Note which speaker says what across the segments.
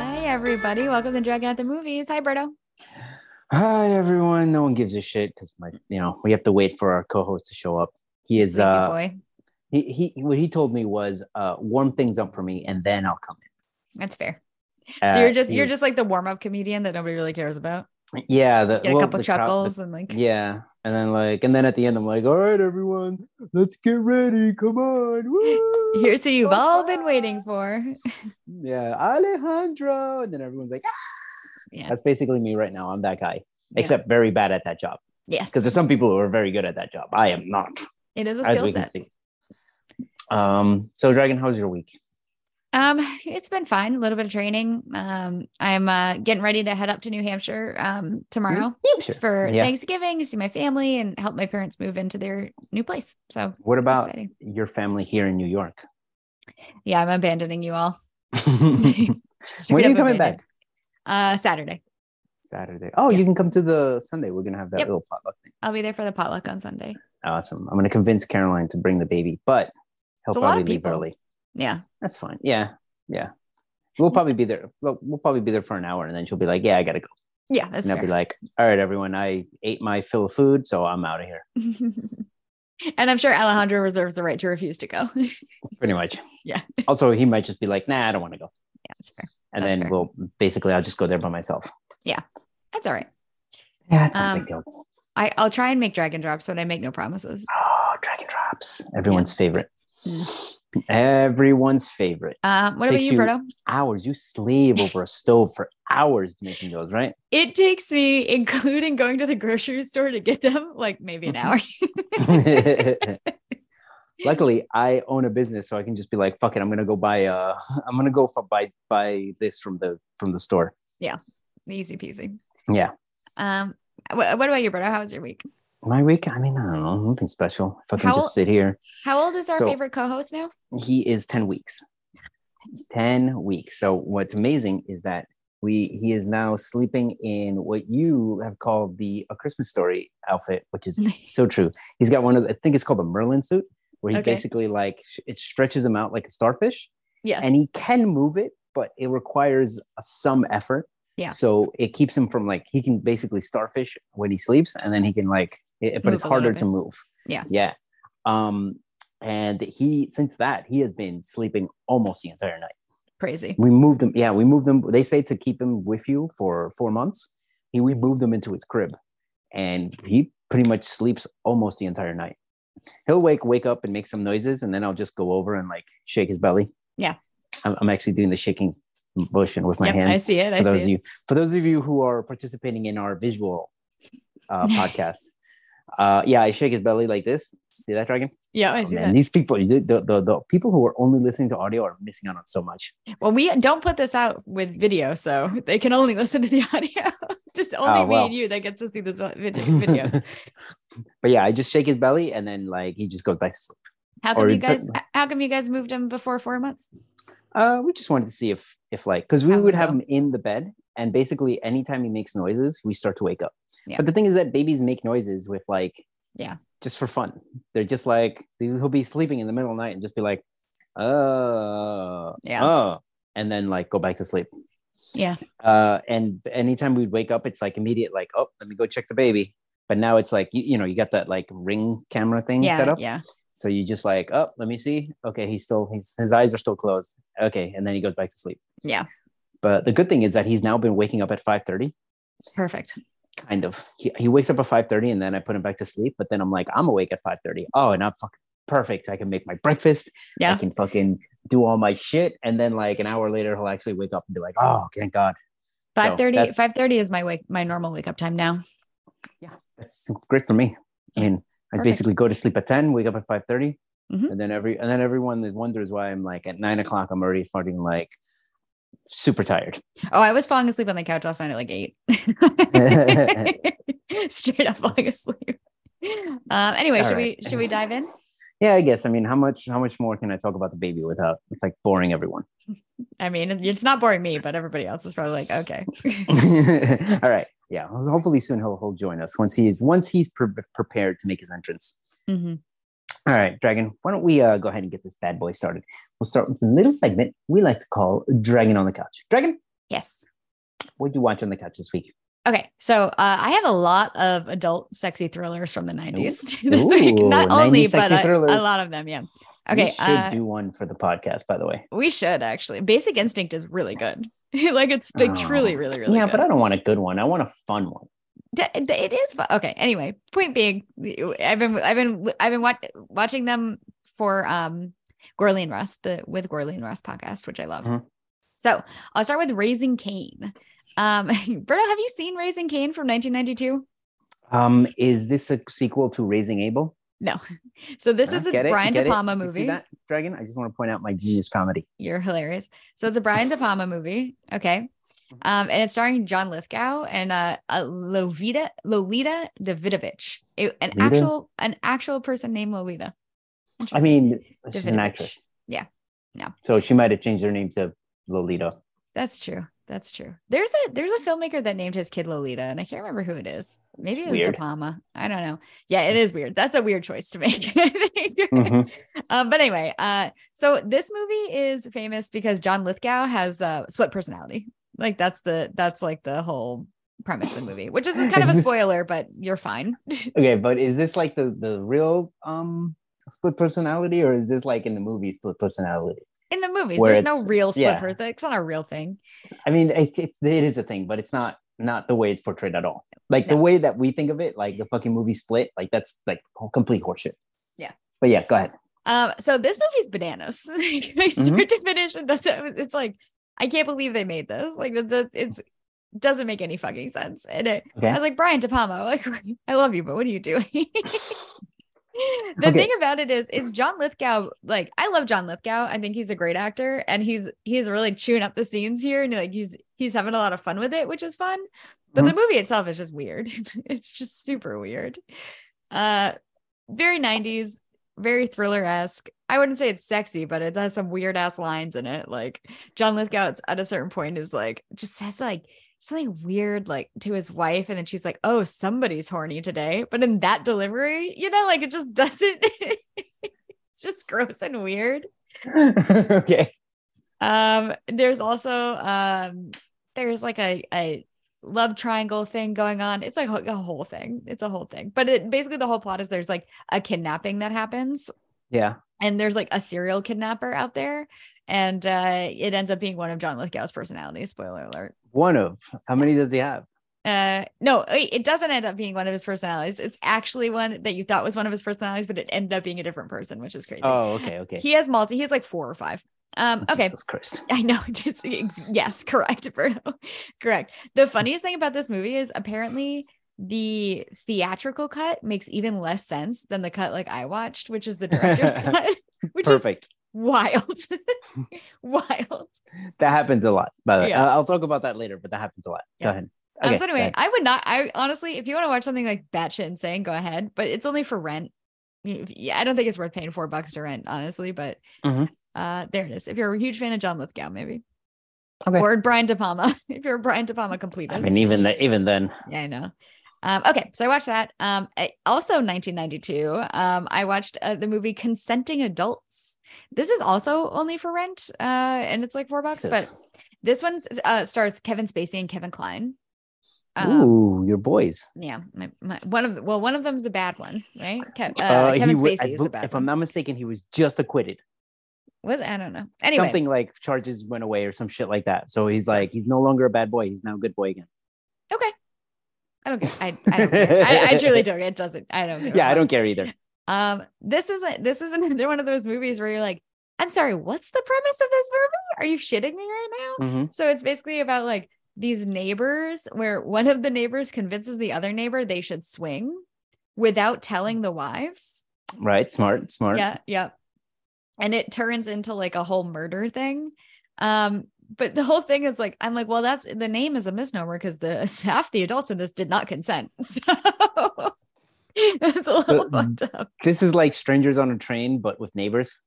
Speaker 1: everybody. Welcome to Dragon at the Movies. Hi, Berto.
Speaker 2: Hi everyone. No one gives a shit because my, you know, we have to wait for our co-host to show up. He is
Speaker 1: Sleepy
Speaker 2: uh,
Speaker 1: boy.
Speaker 2: he, he what he told me was uh, warm things up for me and then I'll come
Speaker 1: That's fair.
Speaker 2: in.
Speaker 1: so
Speaker 2: Uh,
Speaker 1: you're just
Speaker 2: he
Speaker 1: you're
Speaker 2: was-
Speaker 1: just like the warm up comedian that nobody really cares about.
Speaker 2: yeah. The,
Speaker 1: Get a
Speaker 2: well,
Speaker 1: couple
Speaker 2: the crowd-
Speaker 1: chuckles and like
Speaker 2: the- yeah, and then like, and then at the end, I'm like, all right, everyone, let's get ready. Come on. Woo!
Speaker 1: here's who you've
Speaker 2: so
Speaker 1: all been
Speaker 2: fun.
Speaker 1: waiting for.
Speaker 2: yeah, Alejandro, and then everyone's like, ah!
Speaker 1: Yeah.
Speaker 2: that's basically me right now. I'm that guy,
Speaker 1: Yeah.
Speaker 2: except very bad at that job
Speaker 1: Yes.
Speaker 2: because there's some people who are very good at that job. I am not.
Speaker 1: It is a
Speaker 2: as
Speaker 1: skill
Speaker 2: we can
Speaker 1: set.
Speaker 2: see. Um, so Dragon, how's your week?
Speaker 1: Um, it's been fine. A little bit of training. Um, I'm uh getting ready to head up to New Hampshire um tomorrow
Speaker 2: Sure.
Speaker 1: for
Speaker 2: Hmm? Mm. Yeah.
Speaker 1: Thanksgiving to see my family and help my parents move into their new place. So
Speaker 2: What about
Speaker 1: exciting.
Speaker 2: your family here in New York?
Speaker 1: Yeah, I'm abandoning you all.
Speaker 2: when
Speaker 1: Straight
Speaker 2: are you
Speaker 1: up
Speaker 2: coming
Speaker 1: abandoned.
Speaker 2: back?
Speaker 1: Uh Saturday.
Speaker 2: Saturday. Oh,
Speaker 1: Yeah.
Speaker 2: you can come to the Sunday. We're gonna have that
Speaker 1: Yep.
Speaker 2: little potluck thing.
Speaker 1: I'll be there for the potluck on Sunday.
Speaker 2: Awesome. I'm gonna convince Caroline to bring the baby, but he'll
Speaker 1: It's a lot
Speaker 2: probably
Speaker 1: of
Speaker 2: leave
Speaker 1: people.
Speaker 2: early.
Speaker 1: Yeah.
Speaker 2: That's fine. Yeah, yeah. We'll probably be there. Well, we'll probably be there for an hour, and then she'll be like, "Yeah, I gotta go."
Speaker 1: Yeah, that's
Speaker 2: and I'll
Speaker 1: fair.
Speaker 2: be like, "All right, everyone, I ate my fill of food, so I'm out of here."
Speaker 1: and I'm sure Alejandro reserves the right to refuse to go. yeah,
Speaker 2: Pretty much.
Speaker 1: Yeah.
Speaker 2: also, he might just be like, "Nah, I don't want to go,"
Speaker 1: that's fair.
Speaker 2: and
Speaker 1: That's
Speaker 2: then
Speaker 1: fair.
Speaker 2: we'll basically I'll just go there by myself.
Speaker 1: That's all right.
Speaker 2: Yeah, it's
Speaker 1: not a Um, big
Speaker 2: deal.
Speaker 1: I, I'll try and make drag and drops, but I make no promises.
Speaker 2: Oh, Dragon Drops. Everyone's favorite.
Speaker 1: Mm.
Speaker 2: Everyone's favorite.
Speaker 1: Um, what about
Speaker 2: Takes
Speaker 1: you,
Speaker 2: you-
Speaker 1: Berto?
Speaker 2: Hours. You slave over a stove for hours making those, right?
Speaker 1: It takes me, including going to the grocery store to get them, like maybe
Speaker 2: Mm-hmm.
Speaker 1: an hour.
Speaker 2: Luckily, I own a business, so I can just be like, "Fuck it, I'm gonna go buy uh, I'm gonna go for, buy buy this from the from the store."
Speaker 1: Easy peasy.
Speaker 2: Yeah,
Speaker 1: Um, wh- what about you, Berto? How was your week?
Speaker 2: my week. I mean, I don't know, nothing special. If I can
Speaker 1: How ol-
Speaker 2: just sit here,
Speaker 1: How old is our
Speaker 2: So-
Speaker 1: favorite co-host now?
Speaker 2: he is 10 weeks 10 weeks so what's amazing is that we he is now sleeping in what you have called the a christmas story outfit which is so true he's got one of the, i think it's called the merlin suit where he
Speaker 1: Okay.
Speaker 2: basically like sh- it stretches him out like a starfish
Speaker 1: yes.
Speaker 2: and he can move it but it requires a- some effort
Speaker 1: Yeah.
Speaker 2: so it keeps him from like he can basically starfish when he sleeps and then he can like it, but
Speaker 1: Move
Speaker 2: it's
Speaker 1: a little
Speaker 2: harder
Speaker 1: bit.
Speaker 2: to move
Speaker 1: Yeah.
Speaker 2: yeah um and he since that he has been sleeping almost the entire night
Speaker 1: Crazy.
Speaker 2: we moved him yeah we moved him they say to keep him with you for four months he we moved him into his crib and he pretty much sleeps almost the entire night he'll wake wake up and make some noises and then i'll just go over and like shake his belly
Speaker 1: Yeah.
Speaker 2: i'm, I'm actually doing the shaking motion with my
Speaker 1: Yep, I
Speaker 2: hand
Speaker 1: see it. I
Speaker 2: for those
Speaker 1: see
Speaker 2: of
Speaker 1: it.
Speaker 2: you for those of you who are participating in our visual uh, podcast uh yeah i shake his belly like this see that dragon
Speaker 1: yeah, I
Speaker 2: Oh,
Speaker 1: see
Speaker 2: man,
Speaker 1: that.
Speaker 2: these people, the, the, the, the people who are only listening to audio are missing out on so much.
Speaker 1: Well, we don't put this out with video, so they can only listen to the audio. Just only
Speaker 2: Oh,
Speaker 1: me
Speaker 2: well.
Speaker 1: and you that gets to see this vid- video.
Speaker 2: but yeah, I just shake his belly and then like he just goes back to sleep.
Speaker 1: How
Speaker 2: Or
Speaker 1: come you
Speaker 2: you put-
Speaker 1: guys? How come you guys moved him before four months?
Speaker 2: Uh, we just wanted to see if, if like, because we
Speaker 1: How
Speaker 2: would
Speaker 1: we
Speaker 2: have
Speaker 1: go.
Speaker 2: him in the bed and basically anytime he makes noises, we start to wake up.
Speaker 1: Yeah.
Speaker 2: But the thing is that babies make noises with like,
Speaker 1: Yeah.
Speaker 2: just for fun. They're just like, he'll be sleeping in the middle of the night and just be like, uh,
Speaker 1: Yeah.
Speaker 2: oh, and then like go back to sleep.
Speaker 1: Yeah.
Speaker 2: Uh, and anytime we'd wake up, it's like immediate, like, oh, let me go check the baby. But now it's like, you, you know, you got that like ring camera thing set
Speaker 1: yeah,
Speaker 2: up.
Speaker 1: yeah.
Speaker 2: So you just like, oh, let me see. Okay. He's still, he's, his eyes are still closed. Okay. And then he goes back to sleep.
Speaker 1: Yeah.
Speaker 2: But the good thing is that he's now been waking up at 5.30,
Speaker 1: Perfect.
Speaker 2: kind of. He, he wakes up at 5.30 and then I put him back to sleep. But then I'm like, I'm awake at 5.30. Oh, and I'm fucking perfect. I can make my breakfast. I
Speaker 1: Yeah.
Speaker 2: can fucking do all my shit. And then like an hour later, he'll actually wake up and be like, oh, thank God.
Speaker 1: Five thirty.
Speaker 2: that's-
Speaker 1: Five thirty is my wake. My normal wake up time now.
Speaker 2: that's great for me. I
Speaker 1: Yeah.
Speaker 2: mean, I
Speaker 1: Perfect.
Speaker 2: basically go to sleep at ten, wake up at five
Speaker 1: Mhm.
Speaker 2: and then every and then everyone that wonders why I'm like at nine o'clock. I'm already fucking like super tired.
Speaker 1: Oh, I was falling asleep on the couch last night at like eight. Straight up falling asleep. Um. Anyway,
Speaker 2: All
Speaker 1: should
Speaker 2: right.
Speaker 1: we should we dive in?
Speaker 2: Yeah, I guess. I mean, how much how much more can I talk about the baby without like boring everyone?
Speaker 1: I mean, it's not boring me, but everybody else is probably like, okay.
Speaker 2: All right. Yeah. Hopefully soon he'll he'll join us once he is once he's pre- prepared to make his entrance.
Speaker 1: hmm
Speaker 2: All right, Dragon. Why don't we uh, go ahead and get this bad boy started? We'll start with a little segment we like to call Dragon on the Couch. Dragon,
Speaker 1: Yes.
Speaker 2: What did you watch on the couch this week?
Speaker 1: Okay, so uh, I have a lot of adult sexy thrillers from the '90s this
Speaker 2: Ooh,
Speaker 1: week. Not
Speaker 2: 90s
Speaker 1: only, but
Speaker 2: sexy
Speaker 1: a, a
Speaker 2: thrillers.
Speaker 1: lot of them. Yeah.
Speaker 2: We
Speaker 1: Okay.
Speaker 2: should
Speaker 1: uh,
Speaker 2: do one for the podcast, by the way.
Speaker 1: we should actually. Basic Instinct is really good. like it's like truly,
Speaker 2: Oh.
Speaker 1: really, really.
Speaker 2: yeah,
Speaker 1: good.
Speaker 2: but I don't want a good one. I want a fun one.
Speaker 1: Th- th- it is fu- okay anyway point being i've been i've been i've been wat- watching them for um gorley and russ the with gorley and russ podcast which i love
Speaker 2: Mhm.
Speaker 1: so i'll start with raising Cain. um berto have you seen raising Cain from 1992
Speaker 2: Um, is this a sequel to Raising Abel?
Speaker 1: no so this
Speaker 2: Huh?
Speaker 1: is a
Speaker 2: Get it?
Speaker 1: brian
Speaker 2: Get
Speaker 1: de
Speaker 2: it?
Speaker 1: palma
Speaker 2: You see
Speaker 1: movie
Speaker 2: that, Dragon? I just want to point out my genius comedy.
Speaker 1: you're hilarious so it's a brian de palma movie okay
Speaker 2: Mm-hmm.
Speaker 1: um and it's starring john lithgow and uh, uh lovita lolita davidovich A- an
Speaker 2: Lita?
Speaker 1: actual an actual person named lolita
Speaker 2: I mean, she's an
Speaker 1: Davidovich.
Speaker 2: actress.
Speaker 1: Yeah. No.
Speaker 2: So she might have changed her name to Lolita.
Speaker 1: That's true. That's true. There's a there's a filmmaker that named his kid Lolita, and I can't remember who it is. Maybe it was De
Speaker 2: weird.
Speaker 1: Palma. I don't know. Yeah, it is weird. That's a weird choice to make. I think.
Speaker 2: Mhm.
Speaker 1: Um, but anyway, uh, so this movie is famous because John Lithgow has a split personality. Like that's the that's like the whole premise of the movie, which is kind of
Speaker 2: Is
Speaker 1: a
Speaker 2: this-
Speaker 1: spoiler, but you're fine.
Speaker 2: Okay, but is this like the the real um split personality, or is this like in the movie split personality?
Speaker 1: In the movies,
Speaker 2: Where
Speaker 1: there's no
Speaker 2: it's-
Speaker 1: real split
Speaker 2: yeah.
Speaker 1: person. It's not a real thing.
Speaker 2: I mean, it, it, it is a thing, but it's not not the way it's portrayed at all. Like the
Speaker 1: No.
Speaker 2: way that we think of it, like the fucking movie Split, like that's like complete horseshit.
Speaker 1: Yeah.
Speaker 2: But yeah, go ahead.
Speaker 1: Um, so this movie's bananas. like, I
Speaker 2: Mm-hmm.
Speaker 1: start to finish, and that's it's like I can't believe they made this. Like that, that it's doesn't make any fucking sense. And it, I
Speaker 2: Okay.
Speaker 1: was like Brian De Palma, like I love you, but what are you doing? the
Speaker 2: Okay.
Speaker 1: thing about it is, it's John Lithgow. Like I love John Lithgow. I think he's a great actor, and he's he's really chewing up the scenes here, and like he's he's having a lot of fun with it, which is fun. But
Speaker 2: Mm-hmm.
Speaker 1: the movie itself is just weird. it's just super weird. Uh, very '90s, very thriller esque. I wouldn't say it's sexy, but it has some weird ass lines in it. Like John Lithgow it's- at a certain point is like just says like something weird like to his wife, and then she's like, "Oh, somebody's horny today." But in that delivery, you know, like it just doesn't. it's just gross and weird.
Speaker 2: okay.
Speaker 1: Um, there's also um, there's like a a love triangle thing going on. It's like a whole thing. It's a whole thing. But it basically the whole plot is there's like a kidnapping that happens
Speaker 2: Yeah.
Speaker 1: and there's like a serial kidnapper out there and uh it ends up being one of john lithgow's personalities spoiler alert
Speaker 2: One of how many does he have?
Speaker 1: uh no wait, it doesn't end up being one of his personalities it's actually one that you thought was one of his personalities but it ended up being a different person which is crazy
Speaker 2: Oh, okay, okay.
Speaker 1: he has multi he has like four or five um okay
Speaker 2: Jesus Christ.
Speaker 1: I know. It's, ex- yes, correct, Bruno. correct. The funniest thing about this movie is apparently the theatrical cut makes even less sense than the cut like I watched, which is the director's cut, which is
Speaker 2: Perfect.
Speaker 1: wild wild
Speaker 2: That happens a lot, by the way.
Speaker 1: Yeah.
Speaker 2: I- I'll talk about that later, but that happens a lot.
Speaker 1: Yeah.
Speaker 2: Go ahead.
Speaker 1: um,
Speaker 2: Okay,
Speaker 1: so
Speaker 2: go
Speaker 1: anyway
Speaker 2: ahead.
Speaker 1: i would not i honestly if you want to watch something like batshit insane go ahead but it's only for rent You- if- yeah i don't think it's worth paying four bucks to rent honestly but
Speaker 2: Mhm.
Speaker 1: uh there it is if you're a huge fan of john lithgow maybe
Speaker 2: Okay.
Speaker 1: or brian de palma if you're a brian de palma completist
Speaker 2: I mean, even the, even then,
Speaker 1: yeah i know um, okay, so I watched that. Um, I, also, 1992, um, I watched uh, the movie Consenting Adults. This is also only for rent, uh, and it's like four bucks. But
Speaker 2: Jesus.
Speaker 1: This one uh, stars Kevin Spacey and Kevin Klein. Um,
Speaker 2: ooh, your boys.
Speaker 1: yeah, my, my, one of well, one of them's a bad one, right? Ke- uh,
Speaker 2: Uh, he
Speaker 1: Kevin
Speaker 2: wa- I
Speaker 1: Spacey is
Speaker 2: bel-
Speaker 1: a bad
Speaker 2: if
Speaker 1: one.
Speaker 2: I'm not mistaken, he was just acquitted.
Speaker 1: Was I don't know. Anyway,
Speaker 2: Something like charges went away or some shit like that. So he's like, he's no longer a bad boy. He's now a good boy again.
Speaker 1: I don't. Care. I, I don't. Care. I, I truly don't. It doesn't. I don't. Care
Speaker 2: Yeah, I
Speaker 1: about-
Speaker 2: don't care either.
Speaker 1: Um, this isn't. This isn't. Another one of those movies where you're like, I'm sorry. What's the premise of this movie? Are you shitting me right now?
Speaker 2: Mhm.
Speaker 1: So it's basically about like these neighbors where one of the neighbors convinces the other neighbor they should swing without telling the wives.
Speaker 2: Right. Smart, smart.
Speaker 1: Yeah, yeah. And it turns into like a whole murder thing. Um, but the whole thing is like, I'm like, well, that's the name is a misnomer because the half the adults in this did not consent. So that's a little
Speaker 2: But- mm.
Speaker 1: fucked up.
Speaker 2: This is like strangers on a train, but with neighbors.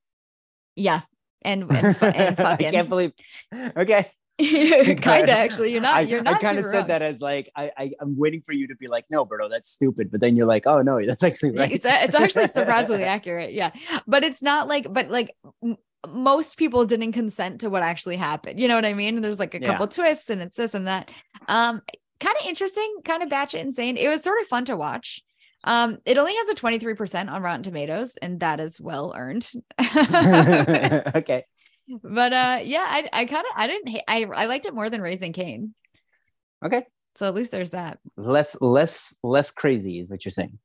Speaker 1: Yeah. And and, fu- and
Speaker 2: I can't
Speaker 1: fucking
Speaker 2: believe. Okay.
Speaker 1: kind of actually, you're not
Speaker 2: I,
Speaker 1: you're not
Speaker 2: I kind of
Speaker 1: super
Speaker 2: said
Speaker 1: wrong.
Speaker 2: that as like I, I I'm waiting for you to be like no, Berto, that's stupid. But then you're like, oh no, that's actually right.
Speaker 1: It's, it's actually surprisingly accurate. Yeah. But it's not like, but like m- most people didn't consent to what actually happened. You know what I mean? And there's like a
Speaker 2: Yeah.
Speaker 1: couple twists and it's this and that. Um, kind of interesting, kind of batshit insane. It was sort of fun to watch. Um, it only has a 23% on Rotten Tomatoes, and that is well earned.
Speaker 2: okay.
Speaker 1: but uh yeah, I I kind of I didn't hate, I I liked it more than Raising Kane.
Speaker 2: Okay.
Speaker 1: So at least there's that.
Speaker 2: Less less less crazy is what you're saying.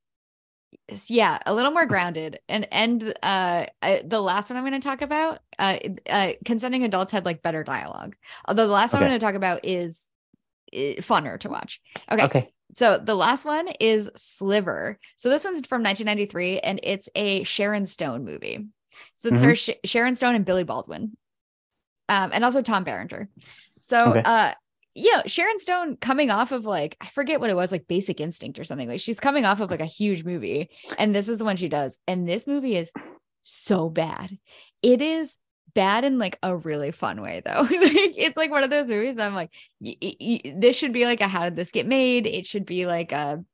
Speaker 1: S- Yeah, a little more grounded. And and uh I, the last one I'm going to talk about uh, uh consenting adults had like better dialogue. Although the last one I'm
Speaker 2: Okay.
Speaker 1: going to talk about is uh, funner to watch. Okay.
Speaker 2: Okay.
Speaker 1: So the last one is Sliver. So this one's from 1993 and it's a Sharon Stone movie. So it
Speaker 2: Mhm.
Speaker 1: stars Sh- Sharon Stone and Billy Baldwin, um, and also Tom Berenger. So,
Speaker 2: Okay.
Speaker 1: uh, you know, Sharon Stone coming off of like, I forget what it was, like Basic Instinct or something. Like she's coming off of like a huge movie, and this is the one she does. And this movie is so bad. It is bad in like a really fun way though. like it's like one of those movies that I'm like, y- y- y- this should be like a how did this get made? It should be like a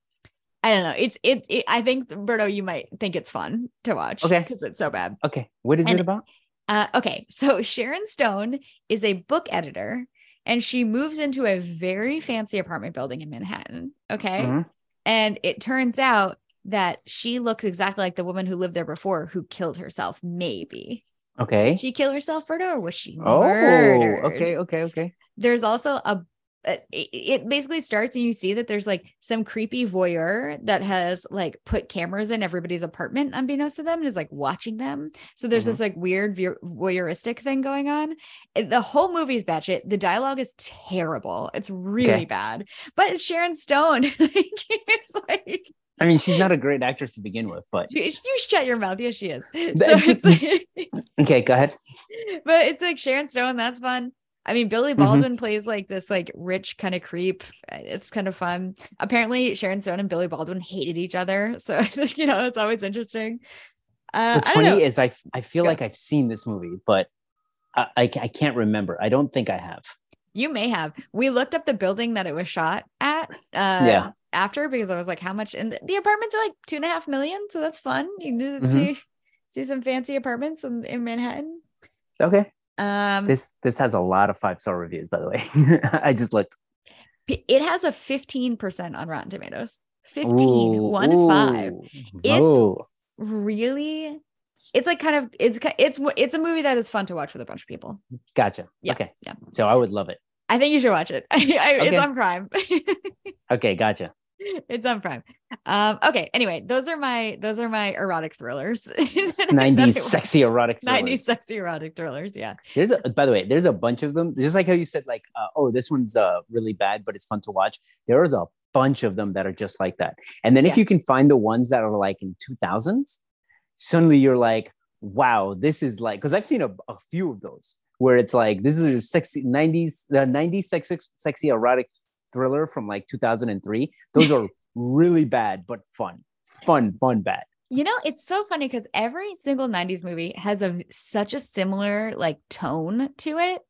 Speaker 1: I don't know. It's it, it I think Berto, you might think it's fun to watch
Speaker 2: Okay.
Speaker 1: because it's so bad.
Speaker 2: Okay. What is
Speaker 1: And-
Speaker 2: it about?
Speaker 1: Uh, okay, so Sharon Stone is a book editor, and she moves into a very fancy apartment building in Manhattan. Okay,
Speaker 2: Mhm.
Speaker 1: and it turns out that she looks exactly like the woman who lived there before, who killed herself. Maybe
Speaker 2: Okay.
Speaker 1: she killed herself, Berto, or was she
Speaker 2: oh.
Speaker 1: murdered?
Speaker 2: Okay. Okay. Okay.
Speaker 1: there's also a uh, it- it basically starts and you see that there's like some creepy voyeur that has like put cameras in everybody's apartment unbeknownst to them and is like watching them so
Speaker 2: Mm-hmm.
Speaker 1: there's this like weird voy- voyeuristic thing going on It- the whole movie is batshit the dialogue is terrible it's really
Speaker 2: Okay.
Speaker 1: bad but it's sharon stone Like, it's like
Speaker 2: I mean, she's not a great actress to begin with, but
Speaker 1: you, you shut your mouth yes she is so
Speaker 2: That-
Speaker 1: it's like
Speaker 2: okay. Go ahead.
Speaker 1: but it's like Sharon Stone. That's fun. I mean, Billy
Speaker 2: Mm-hmm.
Speaker 1: Baldwin plays like this like rich kind of creep. It's kind of fun. Apparently, Sharon Stone and Billy Baldwin hated each other, so you know it's always interesting. Uh,
Speaker 2: What's
Speaker 1: I don't
Speaker 2: funny
Speaker 1: know.
Speaker 2: is I I feel
Speaker 1: Go.
Speaker 2: like I've seen this movie, but I, I ca- I can't remember. I don't think I have.
Speaker 1: You may have. We looked up the building that it was shot at. Uh,
Speaker 2: Yeah.
Speaker 1: After, because I was like, how much? And the- the apartments are like two and a half million, so that's fun. You can do-
Speaker 2: Mhm.
Speaker 1: see, see some fancy apartments in, in Manhattan.
Speaker 2: Okay.
Speaker 1: Um,
Speaker 2: This this has a lot of five star reviews, by the way. I just looked.
Speaker 1: p- it has a fifteen percent on Rotten Tomatoes. 15 one five It's-
Speaker 2: Oh,
Speaker 1: really it's like kind of it's ki- it's it's a movie that is fun to watch with a bunch of people
Speaker 2: gotcha.
Speaker 1: Yeah,
Speaker 2: Okay.
Speaker 1: yeah.
Speaker 2: So I would love it.
Speaker 1: i think you should watch it I, it's
Speaker 2: Okay.
Speaker 1: on prime
Speaker 2: Okay. Gotcha.
Speaker 1: it's on prime um okay anyway those are my those are my erotic thrillers
Speaker 2: It's 90s sexy erotic
Speaker 1: 90s
Speaker 2: 90s
Speaker 1: sexy erotic thrillers yeah
Speaker 2: there's a by the way there's a bunch of them just like how you said like uh, oh this one's uh, really bad but it's fun to watch there is a bunch of them that are just like that and then if
Speaker 1: Yeah.
Speaker 2: you can find the ones that are like in 2000s suddenly you're like wow this is like because i've seen a, a few of those where it's like this is a sexy 90s the 90s sexy, sexy erotic thriller from like 2003 those are really bad but fun fun fun bad
Speaker 1: you know it's so funny because every single 90s movie has a such a similar like tone to it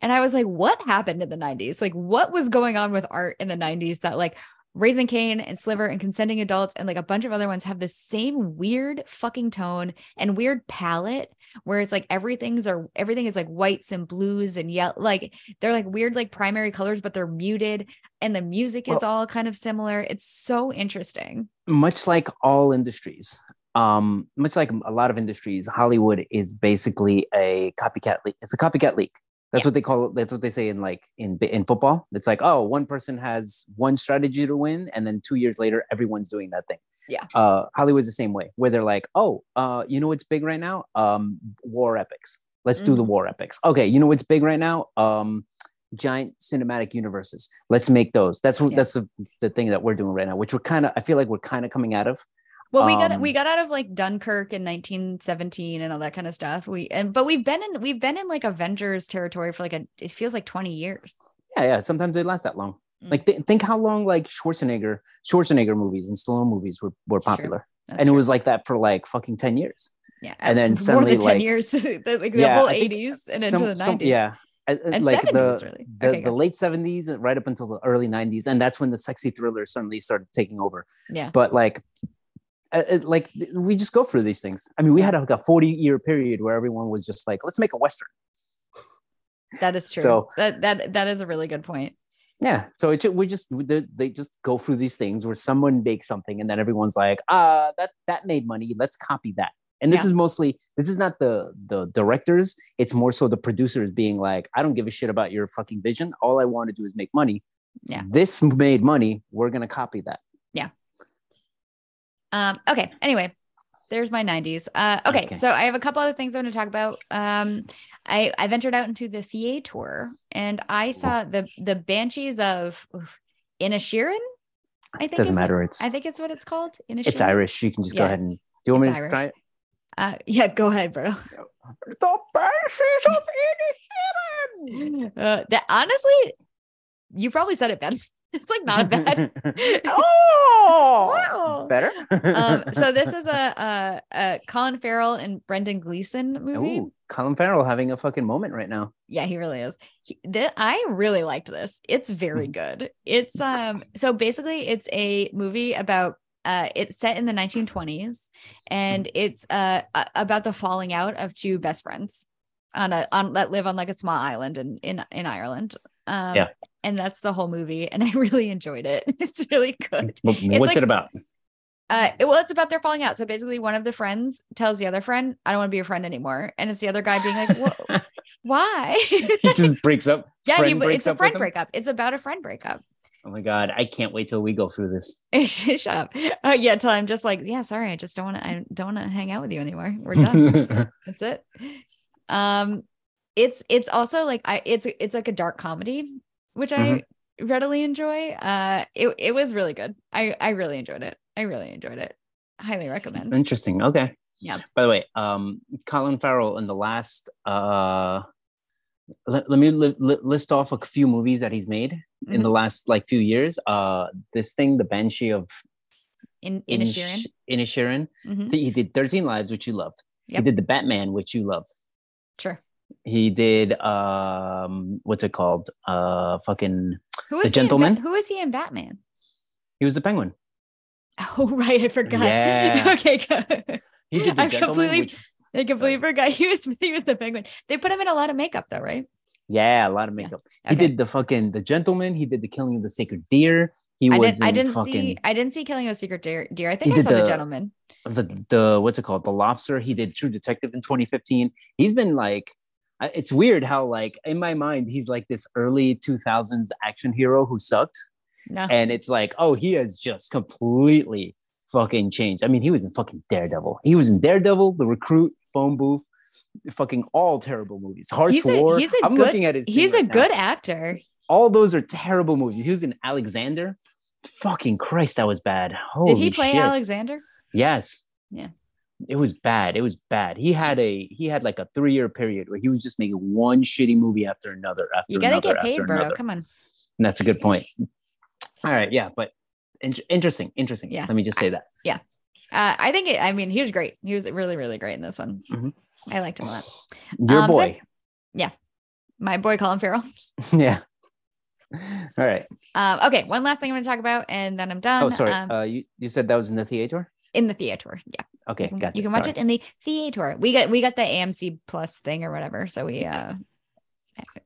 Speaker 1: and i was like what happened in the 90s like what was going on with art in the 90s that like raising Cain and sliver and consenting adults and like a bunch of other ones have the same weird fucking tone and weird palette where it's like everything's are everything is like whites and blues and yellow like they're like weird like primary colors but they're muted and the music is
Speaker 2: Well-
Speaker 1: all kind of similar it's so interesting
Speaker 2: much like all industries, um, much like a lot of industries, Hollywood is basically a copycat league. It's a copycat league. That's what they call. That's what they say in like in in football. It's like oh, one person has one strategy to win, and then two years later, everyone's doing that thing.
Speaker 1: Yeah.
Speaker 2: Uh, Hollywood's the same way, where they're like, oh, uh, you know what's big right now? Um, war epics. Let's do
Speaker 1: Mm-hmm.
Speaker 2: the war epics. Okay, you know what's big right now? Um, giant cinematic universes. Let's make those. That's what.
Speaker 1: Yeah.
Speaker 2: That's the the thing that we're doing right now, which we're kind of, I feel like we're kind of coming out of.
Speaker 1: Well, we got
Speaker 2: Um,
Speaker 1: we got out of like Dunkirk in 1917 and all that kind of stuff. We and but we've been in we've been in like Avengers territory for like a it feels like 20 years.
Speaker 2: Yeah, yeah. Sometimes they last that long.
Speaker 1: Mm.
Speaker 2: Like th- think how long like Schwarzenegger, Schwarzenegger movies and Stallone movies were, were
Speaker 1: It's true.
Speaker 2: popular,
Speaker 1: That's
Speaker 2: and
Speaker 1: true.
Speaker 2: it was like that for like fucking ten years.
Speaker 1: yeah,
Speaker 2: and then
Speaker 1: more
Speaker 2: suddenly,
Speaker 1: than 10
Speaker 2: like-
Speaker 1: years, the, like the
Speaker 2: Yeah,
Speaker 1: whole
Speaker 2: I think
Speaker 1: 80s and into the 90s.
Speaker 2: yeah, and, and,
Speaker 1: and
Speaker 2: like
Speaker 1: 70s
Speaker 2: the
Speaker 1: really.
Speaker 2: the,
Speaker 1: okay,
Speaker 2: the
Speaker 1: go.
Speaker 2: late seventies and right up until the early nineties, and that's when the sexy thrillers suddenly started taking over.
Speaker 1: yeah,
Speaker 2: But like. uh, uh, like th- we just go through these things. I mean, we had like a forty-year period where everyone was just like, "Let's make a western."
Speaker 1: that is true.
Speaker 2: so-
Speaker 1: that that that is a really good point.
Speaker 2: Yeah. So it ju- we just the, they just go through these things where someone makes something and then everyone's like, ah, that that made money. Let's copy that. And this
Speaker 1: Yeah.
Speaker 2: is mostly this is not the the directors. It's more so the producers being like, I don't give a shit about your fucking vision. All I want to do is make money.
Speaker 1: Yeah.
Speaker 2: This made money. We're gonna copy that.
Speaker 1: Um, okay. Anyway, there's my 90s. Uh, okay,
Speaker 2: Okay.
Speaker 1: So I have a couple other things I want to talk about. Um, I, I ventured out into the theater and I saw the the Banshees of oof, Inisherin. I think
Speaker 2: Doesn't
Speaker 1: is-
Speaker 2: matter. It's
Speaker 1: I think it's what it's called. Inisherin.
Speaker 2: it's Irish. You can just go
Speaker 1: Yeah.
Speaker 2: ahead and. Do you want
Speaker 1: It's
Speaker 2: me to
Speaker 1: Irish.
Speaker 2: try it?
Speaker 1: Uh, yeah, go ahead, bro.
Speaker 2: The Banshees of Inisherin.
Speaker 1: Uh, that honestly, you probably said it better. It's like not a bad.
Speaker 2: oh,
Speaker 1: Wow.
Speaker 2: better.
Speaker 1: um, so this is a, a, a Colin Farrell and Brendan Gleeson movie.
Speaker 2: Ooh, Colin Farrell having a fucking moment right now.
Speaker 1: Yeah, he really is. He, th- I really liked this. It's very good. It's um so basically it's a movie about uh it's set in the 1920s and it's uh a- about the falling out of two best friends on a on that live on like a small island in in in Ireland. Um
Speaker 2: Yeah.
Speaker 1: and that's the whole movie and I really enjoyed it. It's really good.
Speaker 2: Well, What's
Speaker 1: like-
Speaker 2: it about?
Speaker 1: Uh, it- well, it's about their falling out. So basically, one of the friends tells the other friend, "I don't want to be your friend anymore," and it's the other guy being like, "Wha- "Why?"
Speaker 2: He just breaks up.
Speaker 1: Yeah, he,
Speaker 2: Friend
Speaker 1: it's
Speaker 2: breaks up
Speaker 1: a
Speaker 2: with
Speaker 1: friend
Speaker 2: him?
Speaker 1: breakup. It's about a friend breakup.
Speaker 2: Oh my god, I can't wait till we go through this.
Speaker 1: Shut up. Uh, yeah, till I'm just like, yeah, sorry, I just don't want to. I don't want to hang out with you anymore. We're done. That's it. Um, it's it's also like I it's it's like a dark comedy, which
Speaker 2: Mhm.
Speaker 1: I readily enjoy. Uh, it it was really good. I I really enjoyed it. I really enjoyed it. Highly recommend.
Speaker 2: Interesting. Okay.
Speaker 1: Yeah.
Speaker 2: By the way, um, Colin Farrell in the last uh, let, let me li- li- list off a few movies that he's made in
Speaker 1: Mm-hmm.
Speaker 2: the last like few years. Uh, this thing, The Banshee of
Speaker 1: In in a Sheeran.
Speaker 2: Inisherin.
Speaker 1: Mhm.
Speaker 2: So he did 13 Lives, which you loved.
Speaker 1: Yep.
Speaker 2: He did The Batman, which you loved.
Speaker 1: Sure.
Speaker 2: He did um what's it called? Uh fucking
Speaker 1: Who is he in Bat-
Speaker 2: Gentleman?
Speaker 1: who is he in Batman?
Speaker 2: he was the penguin.
Speaker 1: Oh right, I forgot.
Speaker 2: Yeah.
Speaker 1: okay, good.
Speaker 2: He did the
Speaker 1: I
Speaker 2: gentleman,
Speaker 1: completely-
Speaker 2: which
Speaker 1: I completely forgot he was he was the penguin. They put him in a lot of makeup though, right?
Speaker 2: yeah, a lot of makeup.
Speaker 1: Okay.
Speaker 2: He did the fucking the gentleman, he did the killing of the sacred deer. He
Speaker 1: I
Speaker 2: was
Speaker 1: didn't. I
Speaker 2: in
Speaker 1: didn't
Speaker 2: fucking
Speaker 1: see. I didn't see Killing of a Secret Deer. deer. I think I
Speaker 2: did
Speaker 1: saw the,
Speaker 2: the-
Speaker 1: gentleman.
Speaker 2: the the what's it called? The lobster. He did True Detective in 2015. He's been like I- it's weird how like in my mind he's like this early 2000s action hero who sucked
Speaker 1: No.
Speaker 2: and it's like, oh, he has just completely fucking changed. I mean, he was in fucking Daredevil. He was in Daredevil, The Recruit, Phone Booth, fucking all terrible movies. Hearts
Speaker 1: He's a-
Speaker 2: War.
Speaker 1: he's a
Speaker 2: I'm
Speaker 1: good-
Speaker 2: looking at his. thing
Speaker 1: He's a
Speaker 2: right now.
Speaker 1: good actor.
Speaker 2: All those are terrible movies. He was in Alexander. Fucking Christ, that was bad. Holy
Speaker 1: did he play
Speaker 2: shit.
Speaker 1: Alexander?
Speaker 2: Yes.
Speaker 1: Yeah.
Speaker 2: It was bad. It was bad. He had a he had like a three year period where he was just making one shitty movie after another after
Speaker 1: You gotta
Speaker 2: another
Speaker 1: get paid,
Speaker 2: after
Speaker 1: bro.
Speaker 2: another.
Speaker 1: Come on.
Speaker 2: And that's a good point. All right, yeah, but in- interesting, interesting.
Speaker 1: Yeah.
Speaker 2: Let me just say that.
Speaker 1: Uh, I think. It, I mean, he was great. He was really, really great in this one.
Speaker 2: Mhm.
Speaker 1: I liked him a lot.
Speaker 2: Your
Speaker 1: Um, so-
Speaker 2: boy.
Speaker 1: My boy Colin Farrell.
Speaker 2: yeah. All right.
Speaker 1: Um, okay, one last thing I'm gonna talk about, and then I'm done.
Speaker 2: Oh, sorry.
Speaker 1: Um,
Speaker 2: uh, you, you said that was in the theater?
Speaker 1: in the theater. Yeah.
Speaker 2: Okay,
Speaker 1: you can,
Speaker 2: gotcha.
Speaker 1: Mm-hmm. you can watch it
Speaker 2: sorry.
Speaker 1: in the theater. We got we got the AMC Plus thing or whatever, so we uh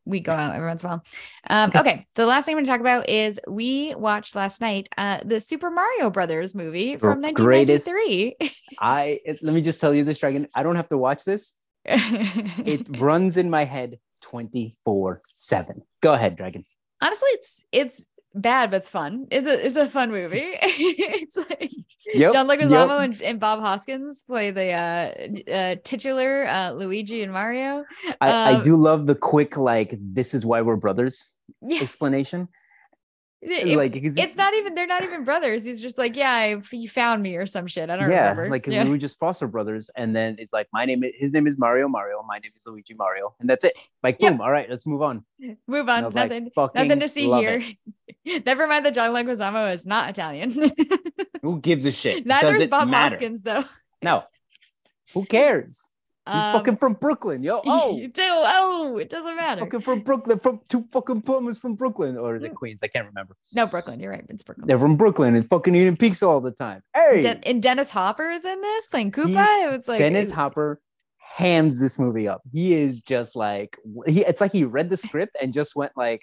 Speaker 1: we go out every once in a while. Um, okay, the last thing I'm going to talk about is we watched last night uh the Super Mario Brothers movie from
Speaker 2: Gr- greatest-
Speaker 1: 1993.
Speaker 2: I it, let me just tell you this, Dragon. I don't have to watch this. It runs in my head 24 7. Go ahead, Dragon.
Speaker 1: Honestly, it's it's bad, but it's fun. It's a it's a fun movie. it's like
Speaker 2: Yep,
Speaker 1: John
Speaker 2: yep.
Speaker 1: Leguizamo and, and Bob Hoskins play the uh, uh titular uh Luigi and Mario.
Speaker 2: I,
Speaker 1: Um,
Speaker 2: I do love the quick, like, this is why we're brothers
Speaker 1: Yeah,
Speaker 2: explanation.
Speaker 1: it- it-
Speaker 2: like, 'cause-
Speaker 1: it's not even they're not even brothers he's just like yeah I, you found me or some shit i don't
Speaker 2: yeah,
Speaker 1: remember
Speaker 2: like 'cause
Speaker 1: yeah.
Speaker 2: we were just foster brothers, and then it's like my name, i- his name is Mario Mario, my name is Luigi Mario, and that's it. Like
Speaker 1: Yep.
Speaker 2: boom, all right, let's move on.
Speaker 1: move
Speaker 2: And I
Speaker 1: on
Speaker 2: was like,
Speaker 1: nothing
Speaker 2: fucking
Speaker 1: nothing to see
Speaker 2: love
Speaker 1: here never mind that john leguizamo is not italian
Speaker 2: it. Who gives a shit?
Speaker 1: neither
Speaker 2: Does
Speaker 1: is
Speaker 2: it
Speaker 1: bob
Speaker 2: matter?
Speaker 1: hoskins though
Speaker 2: No, who cares? He's
Speaker 1: Um,
Speaker 2: fucking from Brooklyn, yo. Oh,
Speaker 1: dude, oh it doesn't matter
Speaker 2: fucking from Brooklyn, from two fucking plumbers from Brooklyn, or is
Speaker 1: Mm.
Speaker 2: it Queens? I can't remember.
Speaker 1: no brooklyn you're right it's brooklyn
Speaker 2: They're from Brooklyn and fucking eating pizza all the time. Hey,
Speaker 1: De- and dennis hopper is in this playing koopa it's like
Speaker 2: Dennis Hopper hams this movie up. He is just like he. It's like he read the script and just went like,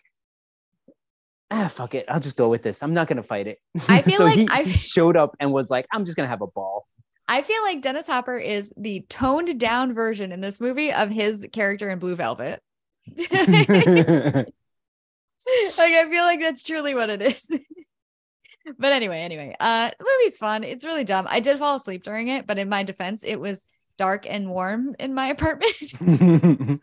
Speaker 2: ah, fuck it. I'll just go with this. I'm not going to fight it.
Speaker 1: I feel
Speaker 2: so
Speaker 1: like
Speaker 2: he,
Speaker 1: I-
Speaker 2: he showed up and was like, I'm just going to have a ball.
Speaker 1: I feel like Dennis Hopper is the toned down version in this movie of his character in Blue Velvet. like I feel like that's truly what it is. but anyway, anyway, uh the movie's fun. It's really dumb. I did fall asleep during it, but in my defense, it was dark and warm in my apartment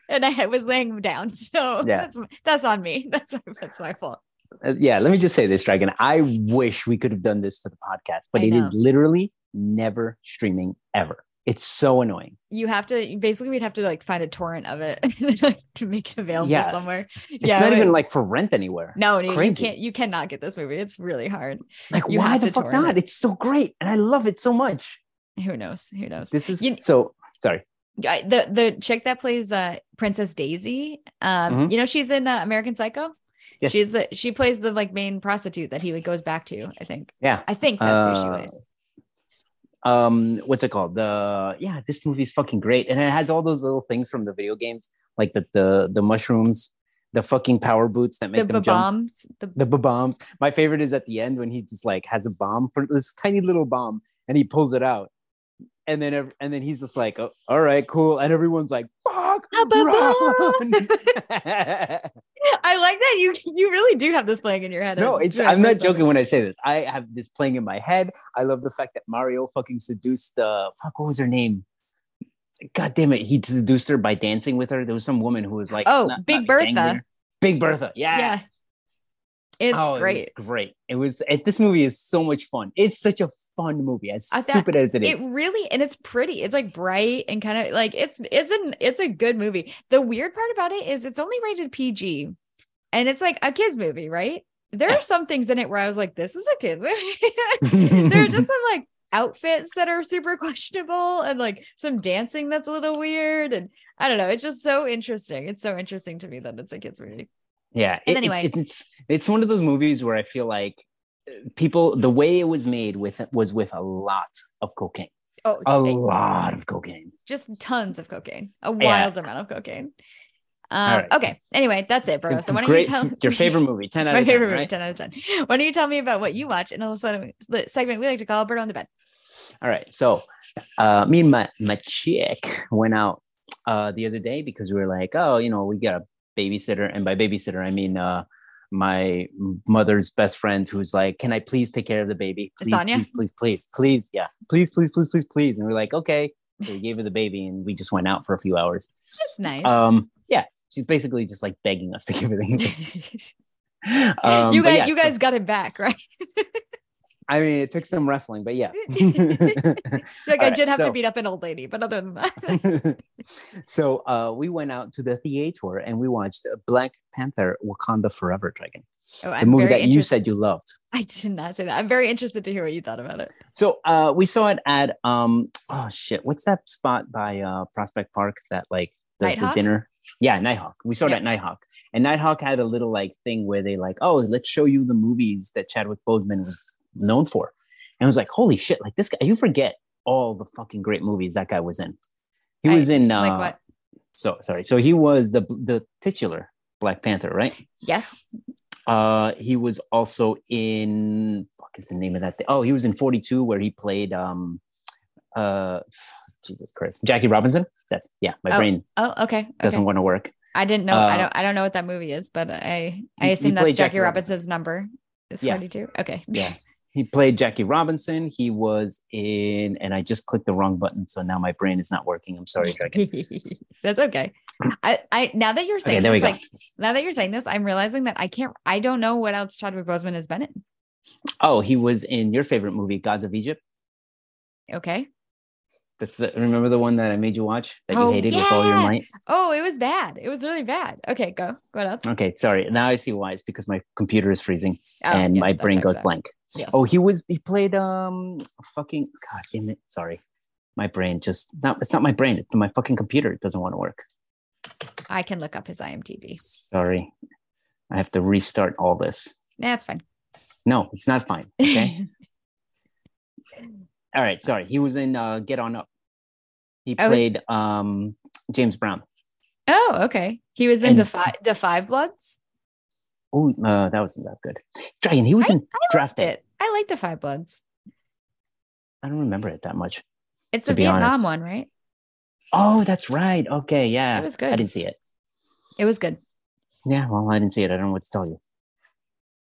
Speaker 1: and I was laying down. So
Speaker 2: Yeah.
Speaker 1: that's that's on me. That's that's my fault.
Speaker 2: Uh, yeah, let me just say this, Dragon. I wish we could have done this for the podcast, but
Speaker 1: I
Speaker 2: it is
Speaker 1: know.
Speaker 2: literally never streaming ever. It's so annoying.
Speaker 1: You have to basically we'd have to like find a torrent of it like, to make it available
Speaker 2: yeah,
Speaker 1: somewhere.
Speaker 2: It's
Speaker 1: Yeah,
Speaker 2: not
Speaker 1: wait.
Speaker 2: even like for rent anywhere.
Speaker 1: No,
Speaker 2: It's
Speaker 1: no, you
Speaker 2: crazy.
Speaker 1: can't. You cannot get this movie. It's really hard.
Speaker 2: Like,
Speaker 1: you
Speaker 2: why
Speaker 1: have
Speaker 2: the
Speaker 1: to
Speaker 2: fuck
Speaker 1: torrent
Speaker 2: not? It's so great, and I love it so much.
Speaker 1: Who knows? Who knows?
Speaker 2: This is
Speaker 1: You-
Speaker 2: so sorry.
Speaker 1: I- the the chick that plays uh Princess Daisy, um,
Speaker 2: Mhm.
Speaker 1: you know she's in uh, American Psycho.
Speaker 2: Yes,
Speaker 1: She's the she plays the like main prostitute that he like, goes back to. I think.
Speaker 2: Yeah.
Speaker 1: I think that's who she
Speaker 2: Uh,
Speaker 1: was.
Speaker 2: um, what's it called? The yeah, this movie is fucking great, and it has all those little things from the video games, like the the the mushrooms, the fucking power boots that make
Speaker 1: The
Speaker 2: them jump.
Speaker 1: bombs. The
Speaker 2: the bombs. My favorite is at the end when he just like has a bomb for this tiny little bomb and he pulls it out. And then ev- and then he's just like, oh, all right, cool. And everyone's like, fuck,
Speaker 1: A ba-bomb!"
Speaker 2: run!
Speaker 1: I like that you you really do have this playing in your head.
Speaker 2: no,
Speaker 1: as-
Speaker 2: it's I'm not
Speaker 1: as-
Speaker 2: joking when I say this. I have this playing in my head. I love the fact that Mario fucking seduced uh fuck, what was her name? God damn it, he seduced her by dancing with her. There was some woman who was like,
Speaker 1: Oh, Big
Speaker 2: dangling
Speaker 1: Bertha.
Speaker 2: her. Big Bertha, yeah.
Speaker 1: Yeah. It's
Speaker 2: Oh, it was
Speaker 1: great.
Speaker 2: great. It was. It, this movie is so much fun. It's such a fun movie. As
Speaker 1: I thought-
Speaker 2: stupid as it is,
Speaker 1: it really and it's pretty it's like bright and kind of like it's it's an it's a good movie the weird part about it is it's only rated pg and it's like a kids movie right there are some things in it where i was like this is a kids movie there are just some like outfits that are super questionable and like some dancing that's a little weird and i don't know it's just so interesting it's so interesting to me that it's a kids movie
Speaker 2: yeah.
Speaker 1: but
Speaker 2: it- it-
Speaker 1: anyway.
Speaker 2: it's it's one of those movies where I feel like uh, people the way it was made with was with a lot of cocaine,
Speaker 1: oh
Speaker 2: a lot of cocaine.
Speaker 1: just tons of cocaine a
Speaker 2: Yeah.
Speaker 1: wild amount of cocaine um,
Speaker 2: right.
Speaker 1: okay anyway that's it bro so why don't
Speaker 2: Great-
Speaker 1: you tell
Speaker 2: your favorite movie? Ten out
Speaker 1: My
Speaker 2: of ten.
Speaker 1: favorite movie,
Speaker 2: right?
Speaker 1: 10 out of 10. Why don't you tell me about what you watch in a little se- segment we like to call Bird on the Bed?
Speaker 2: All right. So, uh, me and my, my chick went out uh, the other day because we were like, oh, you know, we got a babysitter. And by babysitter, I mean uh, my mother's best friend who's like, can I please take care of the baby? Please,
Speaker 1: Sonia?
Speaker 2: please, please, please, please. Yeah. Please, please, please, please, please. And we're like, okay. So we gave her the baby and we just went out for a few hours.
Speaker 1: That's nice.
Speaker 2: Um, yeah. She's basically just like begging us to give her things. Um,
Speaker 1: you
Speaker 2: but
Speaker 1: guys,
Speaker 2: yeah,
Speaker 1: you
Speaker 2: so-
Speaker 1: guys got it back, right?
Speaker 2: I mean, it took some wrestling, but yes.
Speaker 1: Like
Speaker 2: All
Speaker 1: I
Speaker 2: right,
Speaker 1: did have
Speaker 2: so-
Speaker 1: to beat up an old lady, but other than that,
Speaker 2: so uh, we went out to the theater and we watched Black Panther: Wakanda Forever, Dragon,
Speaker 1: oh,
Speaker 2: the
Speaker 1: I'm
Speaker 2: movie
Speaker 1: very
Speaker 2: that you
Speaker 1: interest-
Speaker 2: said you loved.
Speaker 1: I did not say that. I'm very interested to hear what you thought about it.
Speaker 2: So uh, we saw it at um oh shit, what's that spot by uh, Prospect Park that like does
Speaker 1: Nighthawk?
Speaker 2: the dinner? Yeah, Nighthawk. We saw it
Speaker 1: Yeah.
Speaker 2: at Nighthawk, and Nighthawk had a little like thing where they like, oh, let's show you the movies that Chadwick Boseman was known for, and I was like, holy shit, like this guy, you forget all the fucking great movies that guy was in. He
Speaker 1: I-
Speaker 2: was in uh,
Speaker 1: like what?
Speaker 2: so sorry so he was the the titular black panther right
Speaker 1: Yes.
Speaker 2: uh he was also in fuck is the name of that thing? oh he was in 42 where he played um uh jesus christ jackie robinson that's yeah my
Speaker 1: Oh,
Speaker 2: brain
Speaker 1: Oh, okay.
Speaker 2: doesn't
Speaker 1: okay.
Speaker 2: want to work
Speaker 1: I didn't know.
Speaker 2: uh,
Speaker 1: I don't. I don't know what that movie is, but I. I
Speaker 2: he
Speaker 1: assume that's
Speaker 2: played
Speaker 1: Jackie,
Speaker 2: Jackie Robinson.
Speaker 1: Robinson's number. Is
Speaker 2: Yeah.
Speaker 1: 42. Okay.
Speaker 2: yeah he played jackie robinson he was in and i just clicked the wrong button so now my brain is not working i'm sorry dragon
Speaker 1: that's okay. I, I now that you're saying
Speaker 2: okay there we
Speaker 1: this,
Speaker 2: go
Speaker 1: like now that you're saying this, I'm realizing that I can't, I don't know what else Chadwick Boseman has been in.
Speaker 2: oh he was in your favorite movie gods of egypt
Speaker 1: Okay.
Speaker 2: that's the, remember the one that i made you watch that
Speaker 1: Oh,
Speaker 2: you hated with all your
Speaker 1: yeah.
Speaker 2: might
Speaker 1: Oh, it was bad. It was really bad. Okay, go. What else?
Speaker 2: Okay, sorry. Now I see why. It's because my computer is freezing
Speaker 1: Oh,
Speaker 2: and
Speaker 1: yeah,
Speaker 2: my
Speaker 1: that
Speaker 2: brain
Speaker 1: checks
Speaker 2: goes
Speaker 1: out.
Speaker 2: blank.
Speaker 1: Yes.
Speaker 2: Oh, he was he played um fucking god damn it. Sorry. My brain just not it's not my brain, it's my fucking computer. It doesn't want to work.
Speaker 1: I can look up his IMDb.
Speaker 2: Sorry. I have to restart all this.
Speaker 1: Nah, it's fine.
Speaker 2: No, it's not fine. Okay. all right, sorry. He was in uh Get On Up. He
Speaker 1: I was-
Speaker 2: played um James Brown.
Speaker 1: oh, okay. He was in
Speaker 2: And-
Speaker 1: the five, the Five Bloods.
Speaker 2: Oh, no, that wasn't that good. Dragon, he was
Speaker 1: I-
Speaker 2: in
Speaker 1: Liked
Speaker 2: Draft Day.
Speaker 1: it. I like the Five Bloods.
Speaker 2: I don't remember it that much.
Speaker 1: It's
Speaker 2: To
Speaker 1: the
Speaker 2: be
Speaker 1: Vietnam
Speaker 2: honest.
Speaker 1: one, right?
Speaker 2: Oh, that's right. Okay, yeah.
Speaker 1: It was
Speaker 2: I
Speaker 1: good.
Speaker 2: didn't see it.
Speaker 1: It was good.
Speaker 2: Yeah, well, I didn't see it. I don't know what to tell you.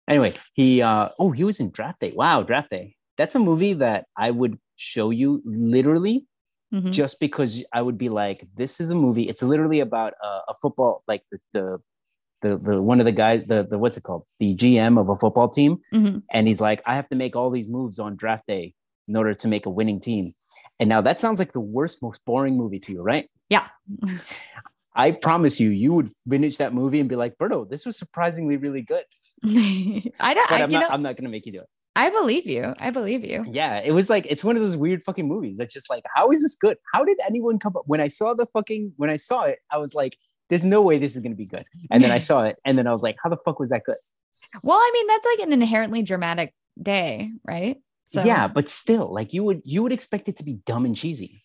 Speaker 2: Anyway, he uh oh, he was in Draft Day. Wow, Draft Day. That's a movie that I would show you literally
Speaker 1: Mhm.
Speaker 2: just because I would be like, this is a movie. It's literally about uh, a football, like the, the the the one of the guys, the the what's it called, the GM of a football team,
Speaker 1: Mhm.
Speaker 2: and he's like, I have to make all these moves on draft day in order to make a winning team. And now that sounds like the worst, most boring movie to you, right?
Speaker 1: Yeah.
Speaker 2: I promise you, you would finish that movie and be like, Berto, this was surprisingly really good.
Speaker 1: Mm-hmm. I don't.
Speaker 2: But I,
Speaker 1: I,
Speaker 2: am
Speaker 1: you
Speaker 2: not,
Speaker 1: know,
Speaker 2: I'm not going to make you do it.
Speaker 1: I believe you. I believe you.
Speaker 2: Yeah, it was like it's one of those weird fucking movies that's just like, how is this good? How did anyone come up? When I saw the fucking when I saw it, I was like, there's no way this is gonna be good. And then I saw it, and then I was like, how the fuck was that good?
Speaker 1: Well, I mean, that's like an inherently dramatic day, right? So
Speaker 2: Yeah, but still, like you would you would expect it to be dumb and cheesy,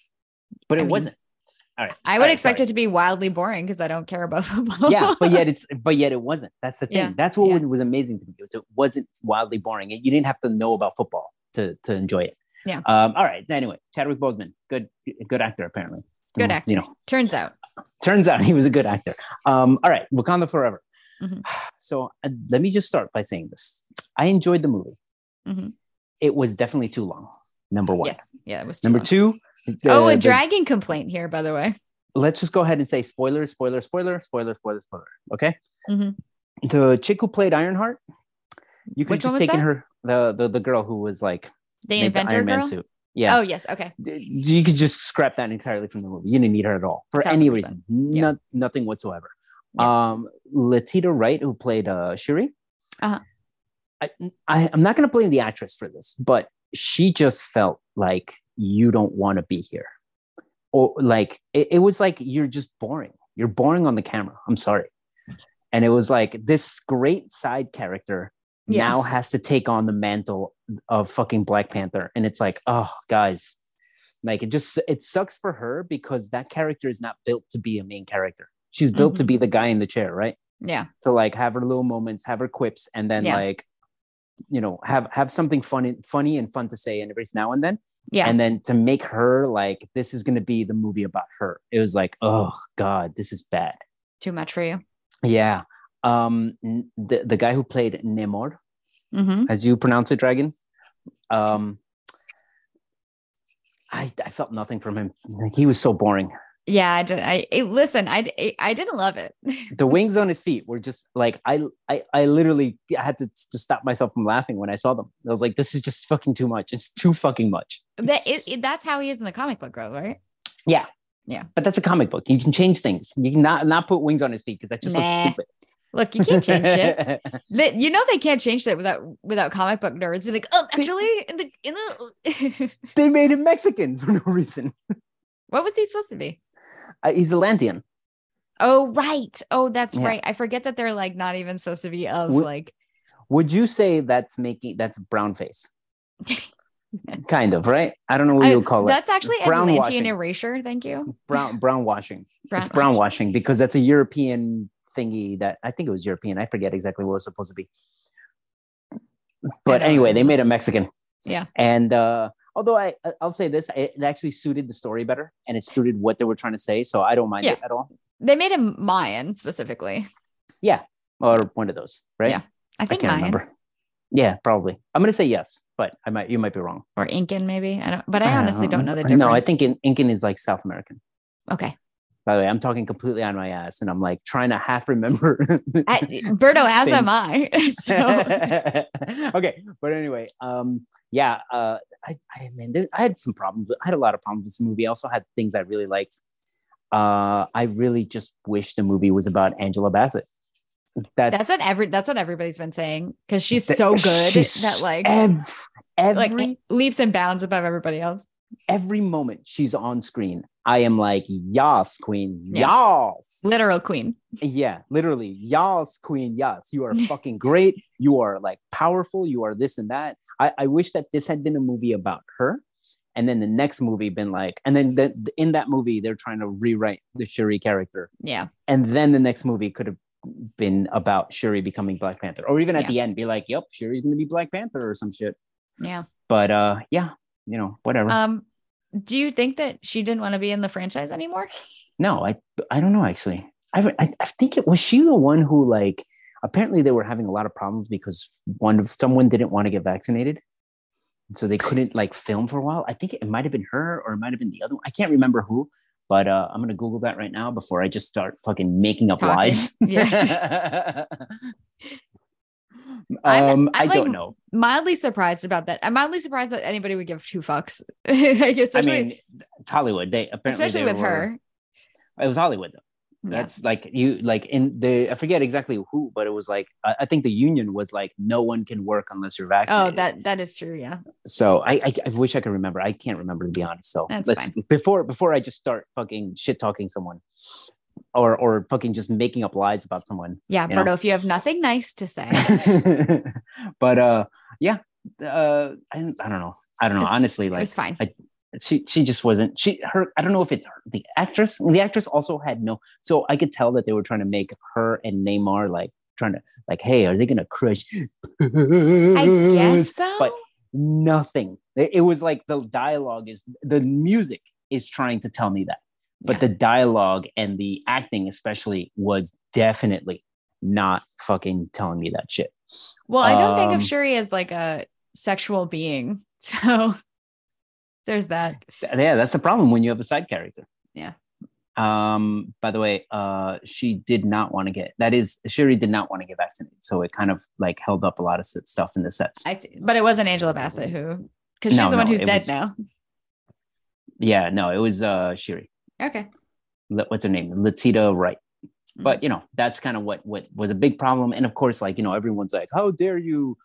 Speaker 2: but it
Speaker 1: I mean-
Speaker 2: wasn't. All right,
Speaker 1: I would
Speaker 2: Alright,
Speaker 1: expect
Speaker 2: sorry.
Speaker 1: it to be wildly boring because I don't care about football.
Speaker 2: yeah, but yet it's but yet it wasn't. That's the thing.
Speaker 1: Yeah,
Speaker 2: That's what
Speaker 1: yeah.
Speaker 2: was amazing to me. It, was, it wasn't wildly boring. It, you didn't have to know about football to to enjoy it.
Speaker 1: Yeah.
Speaker 2: Um, all right. Anyway, Chadwick Boseman, good good actor apparently.
Speaker 1: Good
Speaker 2: Mm,
Speaker 1: actor.
Speaker 2: You know,
Speaker 1: Turns out.
Speaker 2: turns out he was a good actor. Um, all right, Wakanda Forever.
Speaker 1: Mhm.
Speaker 2: So uh, let me just start by saying this: I enjoyed the movie.
Speaker 1: Mhm.
Speaker 2: It was definitely too long. Number one.
Speaker 1: Yes. Yeah. It was too
Speaker 2: Number
Speaker 1: long.
Speaker 2: two. the-
Speaker 1: oh, a
Speaker 2: the-
Speaker 1: dragon complaint here, by the way.
Speaker 2: let's just go ahead and say spoiler, spoiler, spoiler, spoiler, spoiler, spoiler. Okay.
Speaker 1: Mhm.
Speaker 2: The chick who played Ironheart. You could
Speaker 1: Which one
Speaker 2: just
Speaker 1: was
Speaker 2: taken
Speaker 1: that?
Speaker 2: her the, the the girl who was like
Speaker 1: The
Speaker 2: made the
Speaker 1: inventor
Speaker 2: Iron
Speaker 1: girl.
Speaker 2: Man suit. Yeah.
Speaker 1: Oh yes. Okay.
Speaker 2: you could just scrap that entirely from the movie. You didn't need her at all for any
Speaker 1: 1000%.
Speaker 2: reason,
Speaker 1: Yeah.
Speaker 2: not nothing whatsoever. Um, Latita Wright, who played uh, Shuri,
Speaker 1: Uh-huh.
Speaker 2: I, I I'm not gonna blame the actress for this, but she just felt like you don't want to be here, or like it, it was like you're just boring. You're boring on the camera. I'm sorry, and it was like this great side character
Speaker 1: Yeah.
Speaker 2: now has to take on the mantle of fucking Black Panther. And it's like, oh, guys, like it just it sucks for her because that character is not built to be a main character. She's built to be the guy in the chair, right?
Speaker 1: Mm-hmm. Yeah.
Speaker 2: So like have her little moments, have her quips, and then
Speaker 1: Yeah.
Speaker 2: like, you know, have have something fun and funny and fun to say and every now and then.
Speaker 1: Yeah.
Speaker 2: And then to make her like this is gonna be the movie about her. It was like, oh God, this is bad.
Speaker 1: Too much for you.
Speaker 2: Yeah. Um n- the, the guy who played Nemor,
Speaker 1: Mm-hmm.
Speaker 2: as you pronounce it, Dragon. Um, I, I felt nothing from him. Like, he was so boring.
Speaker 1: Yeah. I, did, I, I- listen. I, I I didn't love it.
Speaker 2: The wings on his feet were just like I I, I literally had to s- to stop myself from laughing when I saw them. I was like, this is just fucking too much. It's too fucking much.
Speaker 1: that it, it- that's how he is in the comic book, world, right?
Speaker 2: But that's a comic book. You can change things. You can not not put wings on his feet because that just looks
Speaker 1: Nah,
Speaker 2: stupid.
Speaker 1: Look, you can't change it. They, you know they can't change that without without comic book nerds being like, oh,
Speaker 2: They-
Speaker 1: actually, in the, in the...
Speaker 2: they made him Mexican for no reason.
Speaker 1: what was he supposed to be?
Speaker 2: Uh, he's Atlantean.
Speaker 1: Oh, right. Oh, that's
Speaker 2: Yeah.
Speaker 1: right. I forget that they're like not even supposed to be of
Speaker 2: Wh-
Speaker 1: like.
Speaker 2: Would you say that's making that's brown face? kind of, right? I don't know what
Speaker 1: I-
Speaker 2: you would call it.
Speaker 1: that's actually Atlantean
Speaker 2: brownwashing.
Speaker 1: erasure. Thank you.
Speaker 2: brown brown washing. it's brown washing because that's a European thingy that I think it was European. I forget exactly what it was supposed to be. But
Speaker 1: don't
Speaker 2: anyway, they
Speaker 1: remember.
Speaker 2: made a Mexican.
Speaker 1: Yeah.
Speaker 2: And uh, although I I- I'll say this, it it actually suited the story better and it suited what they were trying to say, so I don't mind
Speaker 1: Yeah.
Speaker 2: it at all.
Speaker 1: They made him Mayan specifically.
Speaker 2: Or one of those, right?
Speaker 1: Yeah, I
Speaker 2: I
Speaker 1: think
Speaker 2: can't
Speaker 1: Mayan
Speaker 2: remember. Yeah, probably. I'm gonna say yes, but I might you might be wrong.
Speaker 1: or Incan, maybe. I don't, but I honestly don't know the
Speaker 2: Uh,
Speaker 1: difference.
Speaker 2: No, I think in, Incan is like South American.
Speaker 1: Okay,
Speaker 2: By the way, I'm talking completely on my ass, and I'm like trying to half remember.
Speaker 1: I, Berto, as am I. So
Speaker 2: okay, but anyway, um, yeah, uh, I, I mean, there, I had some problems. I had a lot of problems with this movie. I also had things I really liked. Uh, I really just wish the movie was about Angela Bassett. That's,
Speaker 1: that's what every that's what everybody's been saying because she's
Speaker 2: that-
Speaker 1: so good
Speaker 2: she's
Speaker 1: that like
Speaker 2: ev- every
Speaker 1: like leaps and bounds above everybody else.
Speaker 2: every moment she's on screen, I am like, yas, queen,
Speaker 1: Yeah.
Speaker 2: yas.
Speaker 1: Literal queen.
Speaker 2: Yeah, literally, yas, queen, yas. You are fucking great. You are like powerful. You are this and that. I, I wish that this had been a movie about her, and then the next movie been like, and then the, in that movie they're trying to rewrite the Shuri character,
Speaker 1: Yeah.
Speaker 2: and then the next movie could have been about Shuri becoming Black Panther, or even at
Speaker 1: Yeah.
Speaker 2: the end, be like, "Yep, Shuri's gonna be Black Panther" or some shit.
Speaker 1: Yeah.
Speaker 2: But uh, yeah, you know, whatever.
Speaker 1: Um, do you think that she didn't want to be in the franchise anymore?
Speaker 2: no, I I don't know actually. I I, I think it was she the one who like apparently they were having a lot of problems because one of someone didn't want to get vaccinated. So they couldn't like film for a while. I think it might have been her or it might have been the other one. I can't remember who, but uh, I'm gonna Google that right now before I just start fucking making up
Speaker 1: Talking.
Speaker 2: lies.
Speaker 1: Yeah.
Speaker 2: um, I
Speaker 1: I'm,
Speaker 2: don't
Speaker 1: like,
Speaker 2: know.
Speaker 1: Mildly surprised about that. I'm mildly surprised that anybody would give two fucks. like
Speaker 2: I
Speaker 1: especially
Speaker 2: mean, it's Hollywood. They apparently
Speaker 1: especially
Speaker 2: they
Speaker 1: with
Speaker 2: were-
Speaker 1: her.
Speaker 2: It was Hollywood though.
Speaker 1: Yeah.
Speaker 2: That's like you like in the I forget exactly who, but it was like I, I think the union was like no one can work unless you're
Speaker 1: Oh,
Speaker 2: vaccinated.
Speaker 1: that that is true. Yeah.
Speaker 2: so I, I I wish I could remember. I can't remember to be honest. So
Speaker 1: That's
Speaker 2: before before I just start fucking shit talking someone, or or fucking just making up lies about someone.
Speaker 1: Yeah,
Speaker 2: You know?
Speaker 1: Berto, if you have nothing nice to say,
Speaker 2: but uh, yeah, uh, I, I don't know. I don't know.
Speaker 1: It's-
Speaker 2: Honestly,
Speaker 1: it
Speaker 2: like
Speaker 1: was fine.
Speaker 2: I- she she just wasn't she her i don't know if it's her, the actress the actress also had no so i could tell that they were trying to make her and neymar like trying to like hey are they gonna crush
Speaker 1: I guess so.
Speaker 2: but- nothing it, it was like the dialogue is the music is trying to tell me that but
Speaker 1: Yeah.
Speaker 2: the dialogue and the acting especially was definitely not fucking telling me that shit
Speaker 1: well, I don't think
Speaker 2: um,
Speaker 1: of Shuri as like a sexual being. So there's that.
Speaker 2: Th- yeah that's the problem when you have a side character
Speaker 1: Yeah.
Speaker 2: um by the way uh she did not want to get that is shuri did not want to get vaccinated so it kind of like held up a lot of s- stuff in the sets
Speaker 1: I see. But it wasn't Angela Bassett who, because she's
Speaker 2: No,
Speaker 1: the one
Speaker 2: no,
Speaker 1: who's
Speaker 2: it
Speaker 1: dead
Speaker 2: was-
Speaker 1: now.
Speaker 2: yeah no it was uh shuri
Speaker 1: Okay.
Speaker 2: Le- what's her name latita wright
Speaker 1: Mm-hmm.
Speaker 2: but you know that's kind of what what was a big problem and of course like you know everyone's like how dare you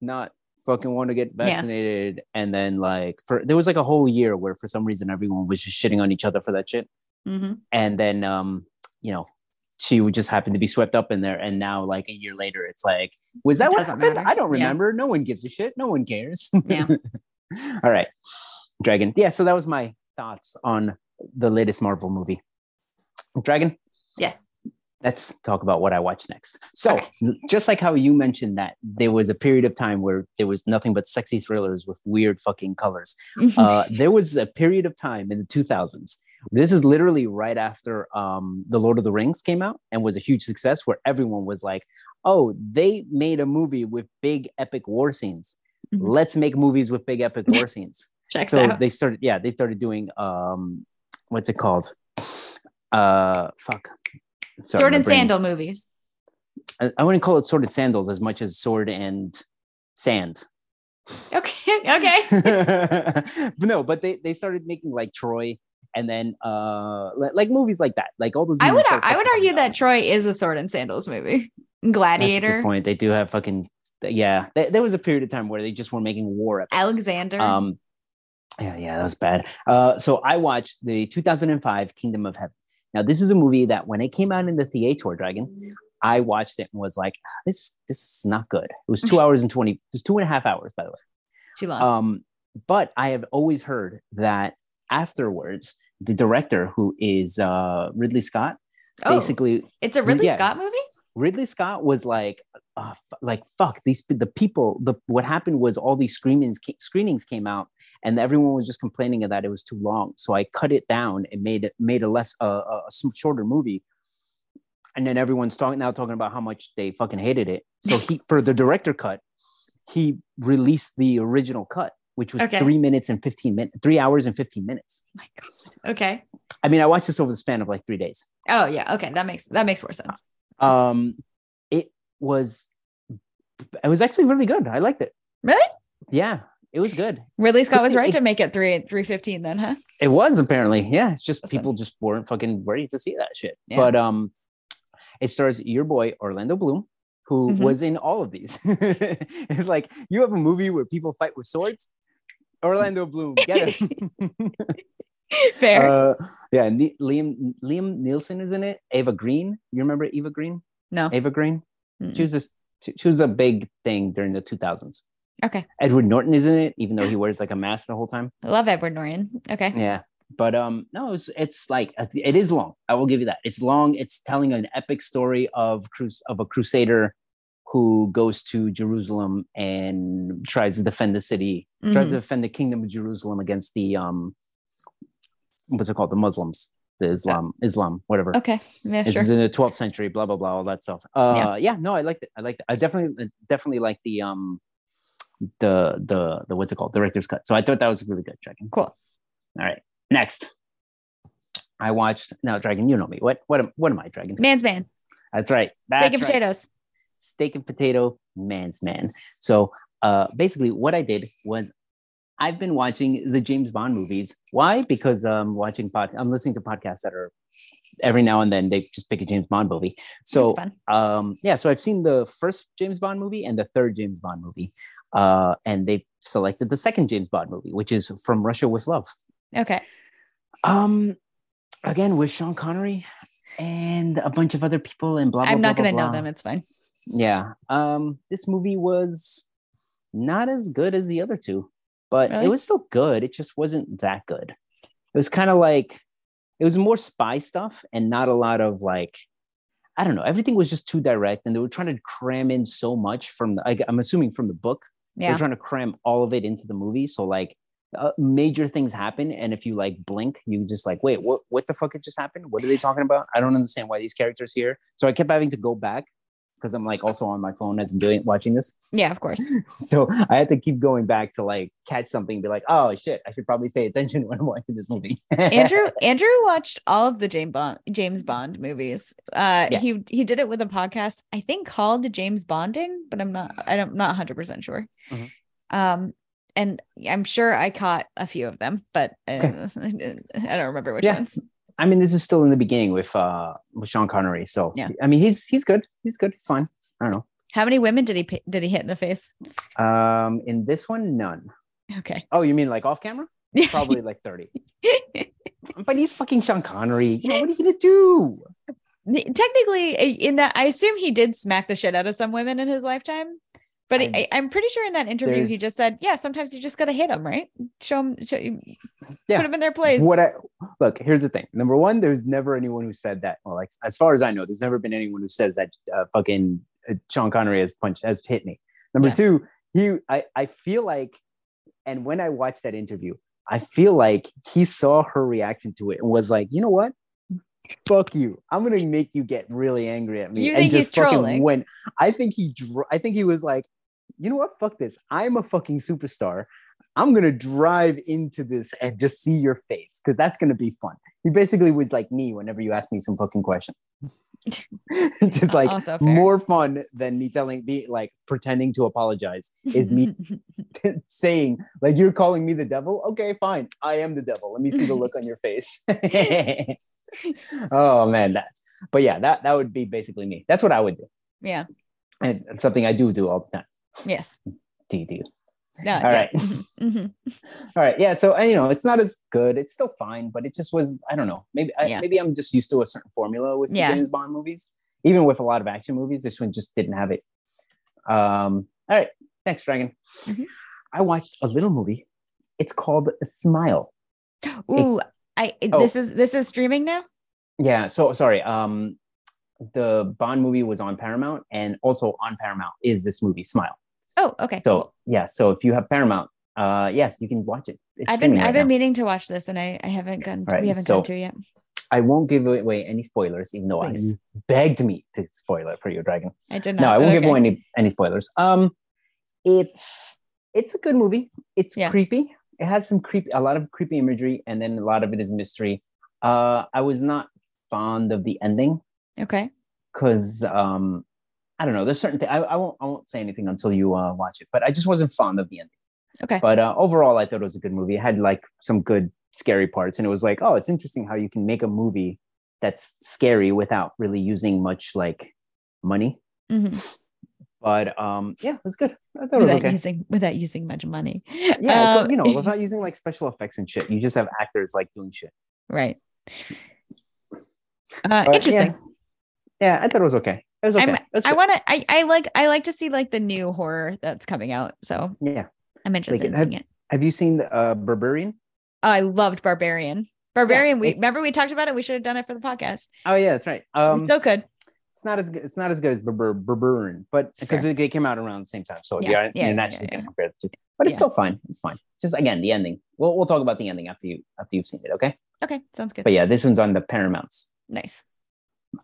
Speaker 2: not fucking want to get vaccinated and then like for there was like a whole year where for some reason everyone was just shitting on each other for that shit
Speaker 1: hmm
Speaker 2: and then um you know she would just happen to be swept up in there and now like a year later it's like was that
Speaker 1: It
Speaker 2: what
Speaker 1: doesn't
Speaker 2: happened
Speaker 1: matter.
Speaker 2: i don't
Speaker 1: Yeah.
Speaker 2: remember no one gives a shit no one cares
Speaker 1: Yeah.
Speaker 2: all right dragon yeah so that was my thoughts on the latest marvel movie dragon
Speaker 1: Yes.
Speaker 2: let's talk about what i watched next so
Speaker 1: Okay.
Speaker 2: just like how you mentioned that there was a period of time where there was nothing but sexy thrillers with weird fucking colors uh, there was a period of time in the 2000s. This is literally right after um, The Lord of the Rings came out and was a huge success, where everyone was like, oh, they made a movie with big epic war scenes.
Speaker 1: Mhm.
Speaker 2: Let's make movies with big epic war scenes.
Speaker 1: Checks
Speaker 2: so
Speaker 1: out.
Speaker 2: they started, yeah, they started doing um, what's it called? Uh, fuck. Sorry,
Speaker 1: Sword
Speaker 2: my
Speaker 1: and
Speaker 2: brain.
Speaker 1: sandal movies.
Speaker 2: I, I wouldn't call it sword and sandals as much as sword and sand.
Speaker 1: Okay. Okay.
Speaker 2: But no, but they they started making like Troy and then uh li- like movies like that. Like all those
Speaker 1: I
Speaker 2: movies
Speaker 1: would
Speaker 2: started
Speaker 1: I would
Speaker 2: fucking
Speaker 1: argue
Speaker 2: coming out.
Speaker 1: that Troy is a sword and sandals movie.
Speaker 2: That's a good
Speaker 1: Gladiator,
Speaker 2: point. They do have fucking yeah. Th- there was a period of time where they just were making war epics.
Speaker 1: Alexander.
Speaker 2: Um yeah, yeah, that was bad. Uh so I watched the 2005 Kingdom of Heaven. Now this is a movie that when it came out in the theater Dragon, I watched it and was like, "Ah, this this is not good. It was two hours and 20, it was two and a half hours, by the way.
Speaker 1: too long.
Speaker 2: Um, but I have always heard that afterwards, the director, who is uh, Ridley Scott,
Speaker 1: oh,
Speaker 2: basically
Speaker 1: it's a Ridley
Speaker 2: yeah.
Speaker 1: Scott movie.
Speaker 2: Ridley Scott was like, uh, f- like fuck these the people. The what happened was all these screenings ca- screenings came out, and everyone was just complaining that it was too long. So I cut it down and made it made a less uh, a a s- shorter movie. And then everyone's talking now talking about how much they fucking hated it. So he for the director cut, he released the original cut, which was
Speaker 1: Okay.
Speaker 2: three minutes and fifteen minutes, three hours and fifteen minutes.
Speaker 1: My God. Okay.
Speaker 2: I mean, I watched this over the span of like three days.
Speaker 1: Oh yeah. Okay, that makes that makes more sense.
Speaker 2: um it was it was actually really good i liked it
Speaker 1: Really?
Speaker 2: yeah it was good
Speaker 1: Ridley Scott was
Speaker 2: It-
Speaker 1: right
Speaker 2: it-
Speaker 1: to make it three three fifteen then, huh?
Speaker 2: it was apparently yeah it's just
Speaker 1: Awesome.
Speaker 2: people just weren't fucking ready to see that shit
Speaker 1: Yeah.
Speaker 2: but um it stars your boy orlando bloom who
Speaker 1: Mhm.
Speaker 2: was in all of these it's like you have a movie where people fight with swords orlando bloom get him
Speaker 1: Fair.
Speaker 2: Uh, yeah, Ne- Liam Liam Nielsen is in it. Ava Green, you remember Eva Green?
Speaker 1: No.
Speaker 2: Ava Green.
Speaker 1: Mm-mm.
Speaker 2: She was this. She she was a big thing during the 2000s.
Speaker 1: okay.
Speaker 2: Edward Norton is in it, even though he wears like a mask the whole time.
Speaker 1: I love Edward Norton. Okay.
Speaker 2: Yeah, but um no it's, it's like it is long i will give you that it's long it's telling an epic story of cruise of a crusader who goes to jerusalem and tries to defend the city
Speaker 1: Mm-hmm.
Speaker 2: tries to defend the kingdom of jerusalem against the um what's it called the muslims the islam islam whatever
Speaker 1: Okay. Yeah,
Speaker 2: this
Speaker 1: sure.
Speaker 2: is in the 12th century blah blah blah all that stuff uh yeah, no i liked it i liked it i definitely uh, definitely like the um the the the what's it called director's cut so i thought that was really good dragon
Speaker 1: Cool.
Speaker 2: all right next i watched now dragon you know me what what am, what am i dragon
Speaker 1: Man's man.
Speaker 2: that's right that's
Speaker 1: Steak and
Speaker 2: right.
Speaker 1: potatoes.
Speaker 2: steak and potato man's man so uh basically what i did was i've been watching the james bond movies why because i'm watching pod i'm listening to podcasts that are every now and then they just pick a james bond movie so
Speaker 1: That's fun.
Speaker 2: um yeah so i've seen the first james bond movie and the third james bond movie uh and they selected the second james bond movie which is from russia with love
Speaker 1: Okay.
Speaker 2: um again with sean connery and a bunch of other people and blah blah
Speaker 1: I'm not
Speaker 2: blah, blah,
Speaker 1: gonna know
Speaker 2: blah.
Speaker 1: them. It's fine.
Speaker 2: yeah um this movie was not as good as the other two but
Speaker 1: Really?
Speaker 2: it was still good it just wasn't that good it was kind of like it was more spy stuff and not a lot of like i don't know everything was just too direct and they were trying to cram in so much from the I, i'm assuming from the book
Speaker 1: Yeah.
Speaker 2: they're trying to cram all of it into the movie so like uh, major things happen and if you like blink you just like wait what what the fuck had just happened what are they talking about i don't understand why these characters here so i kept having to go back because i'm like also on my phone as i'm doing watching this
Speaker 1: Yeah, of course.
Speaker 2: so i had to keep going back to like catch something and be like oh shit i should probably pay attention when i'm watching this movie
Speaker 1: Andrew Andrew watched all of the James Bond James Bond movies. Uh
Speaker 2: Yeah.
Speaker 1: he he did it with a podcast I think called James Bonding, but I'm not I don't not 100% sure.
Speaker 2: Mhm.
Speaker 1: Um and I'm sure I caught a few of them, but uh, I don't remember which
Speaker 2: Yeah.
Speaker 1: ones.
Speaker 2: i mean this is still in the beginning with uh with sean connery so
Speaker 1: Yeah.
Speaker 2: i mean he's he's good he's good he's fine i don't
Speaker 1: How many women did he pi- did he hit in the face?
Speaker 2: know um in this one none
Speaker 1: Okay.
Speaker 2: oh you mean like off camera probably like 30 but he's fucking Sean Connery. You know, what are you gonna do?
Speaker 1: technically i- in that i assume he did smack the shit out of some women in his lifetime but I,
Speaker 2: I'm-
Speaker 1: I, i'm pretty sure in that interview he
Speaker 2: There's-
Speaker 1: just said yeah sometimes you just gotta hit them right show them show,
Speaker 2: Yeah.
Speaker 1: put them in their place
Speaker 2: What I look here's the thing. Number one, there's never anyone who said that. Well, like, as far as I know, there's never been anyone who says that uh, fucking uh, Sean Connery has punched has hit me. Number
Speaker 1: Yeah.
Speaker 2: two, he I I feel like, and when I watched that interview, I feel like he saw her reaction to it and was like, you know what? Fuck you! I'm gonna make you get really angry at me
Speaker 1: You
Speaker 2: and
Speaker 1: think he's
Speaker 2: just
Speaker 1: trolling?
Speaker 2: fucking win. I think he, dr- I think he was like, you know what? Fuck this! I'm a fucking superstar. I'm gonna drive into this and just see your face because that's gonna be fun. He basically was like me whenever you asked me some fucking question. just like
Speaker 1: also fair.
Speaker 2: more fun than me telling me like pretending to apologize is me saying like you're calling me the devil. Okay, fine. I am the devil. Let me see the look on your face. oh man, that. But yeah, that that would be basically me. That's what I would do,
Speaker 1: yeah
Speaker 2: and it's something I do do all the time.
Speaker 1: yes
Speaker 2: Do you do?
Speaker 1: no,
Speaker 2: All right.
Speaker 1: hmm
Speaker 2: All right, yeah. So uh, you know, it's not as good. It's still fine, but it just was. I don't know. Maybe I,
Speaker 1: Yeah.
Speaker 2: maybe I'm just used to a certain formula with the
Speaker 1: Yeah.
Speaker 2: James Bond movies. Even with a lot of action movies, this one just didn't have it. Um. All right, next dragon.
Speaker 1: Mhm.
Speaker 2: I watched a little movie. It's called Smile.
Speaker 1: ooh i
Speaker 2: Oh.
Speaker 1: this is this is streaming now
Speaker 2: Yeah. So sorry. Um, the Bond movie was on Paramount, and also on Paramount is this movie Smile.
Speaker 1: oh okay
Speaker 2: So
Speaker 1: cool.
Speaker 2: yeah. So if you have Paramount, uh, yes, you can watch it. It's
Speaker 1: i've been
Speaker 2: streaming right
Speaker 1: i've been
Speaker 2: now.
Speaker 1: meaning to watch this and i i haven't gotten
Speaker 2: All right,
Speaker 1: we haven't
Speaker 2: so-
Speaker 1: gotten to it yet
Speaker 2: I won't give away any spoilers, even though I,
Speaker 1: Please.
Speaker 2: you begged me to spoil it for you, Dragon.
Speaker 1: i did not
Speaker 2: No, I
Speaker 1: but
Speaker 2: won't give
Speaker 1: okay.
Speaker 2: away any any spoilers. Um, it's it's a good movie. It's
Speaker 1: Yeah.
Speaker 2: creepy. It has some creepy, a lot of creepy imagery, and then a lot of it is mystery. Uh, I was not fond of the ending
Speaker 1: okay
Speaker 2: because um, I don't know. There's certain things I, I won't I won't say anything until you uh, watch it, but I just wasn't fond of the ending.
Speaker 1: Okay.
Speaker 2: But uh, overall, I thought it was a good movie. It had like some good scary parts, and it was like, oh, it's interesting how you can make a movie that's scary without really using much like money.
Speaker 1: hmm
Speaker 2: But um, yeah, it was good. I thought it was
Speaker 1: without
Speaker 2: okay.
Speaker 1: using without using much money
Speaker 2: yeah,
Speaker 1: Um,
Speaker 2: you know, without using like special effects and shit, you just have actors like doing shit.
Speaker 1: Right. Uh,
Speaker 2: But, yeah.
Speaker 1: interesting.
Speaker 2: Yeah, I thought it was okay. It was okay.
Speaker 1: I'm-
Speaker 2: It was
Speaker 1: I
Speaker 2: good.
Speaker 1: want to. I, I like. I like to see like the new horror that's coming out. So
Speaker 2: yeah.
Speaker 1: I'm interested
Speaker 2: Like,
Speaker 1: in
Speaker 2: have-
Speaker 1: seeing it.
Speaker 2: Have you seen the uh, Barbarian?
Speaker 1: Oh, I loved Barbarian. Barbarian. we
Speaker 2: it's-
Speaker 1: remember we talked about it. We should have done it for the podcast.
Speaker 2: Oh yeah, that's right. Um,
Speaker 1: we still could.
Speaker 2: it's not as good, it's not as good as Berber- Berberin, but
Speaker 1: It's
Speaker 2: because they came out around the same time, so
Speaker 1: Yeah,
Speaker 2: you're,
Speaker 1: yeah,
Speaker 2: you're
Speaker 1: yeah,
Speaker 2: naturally
Speaker 1: yeah,
Speaker 2: going to compare the two. But it's
Speaker 1: Yeah.
Speaker 2: still fine. It's fine. Just again, the ending. We'll we'll talk about the ending after you after you've seen it. Okay.
Speaker 1: Okay, sounds good.
Speaker 2: But yeah, this one's on the Paramounts.
Speaker 1: nice.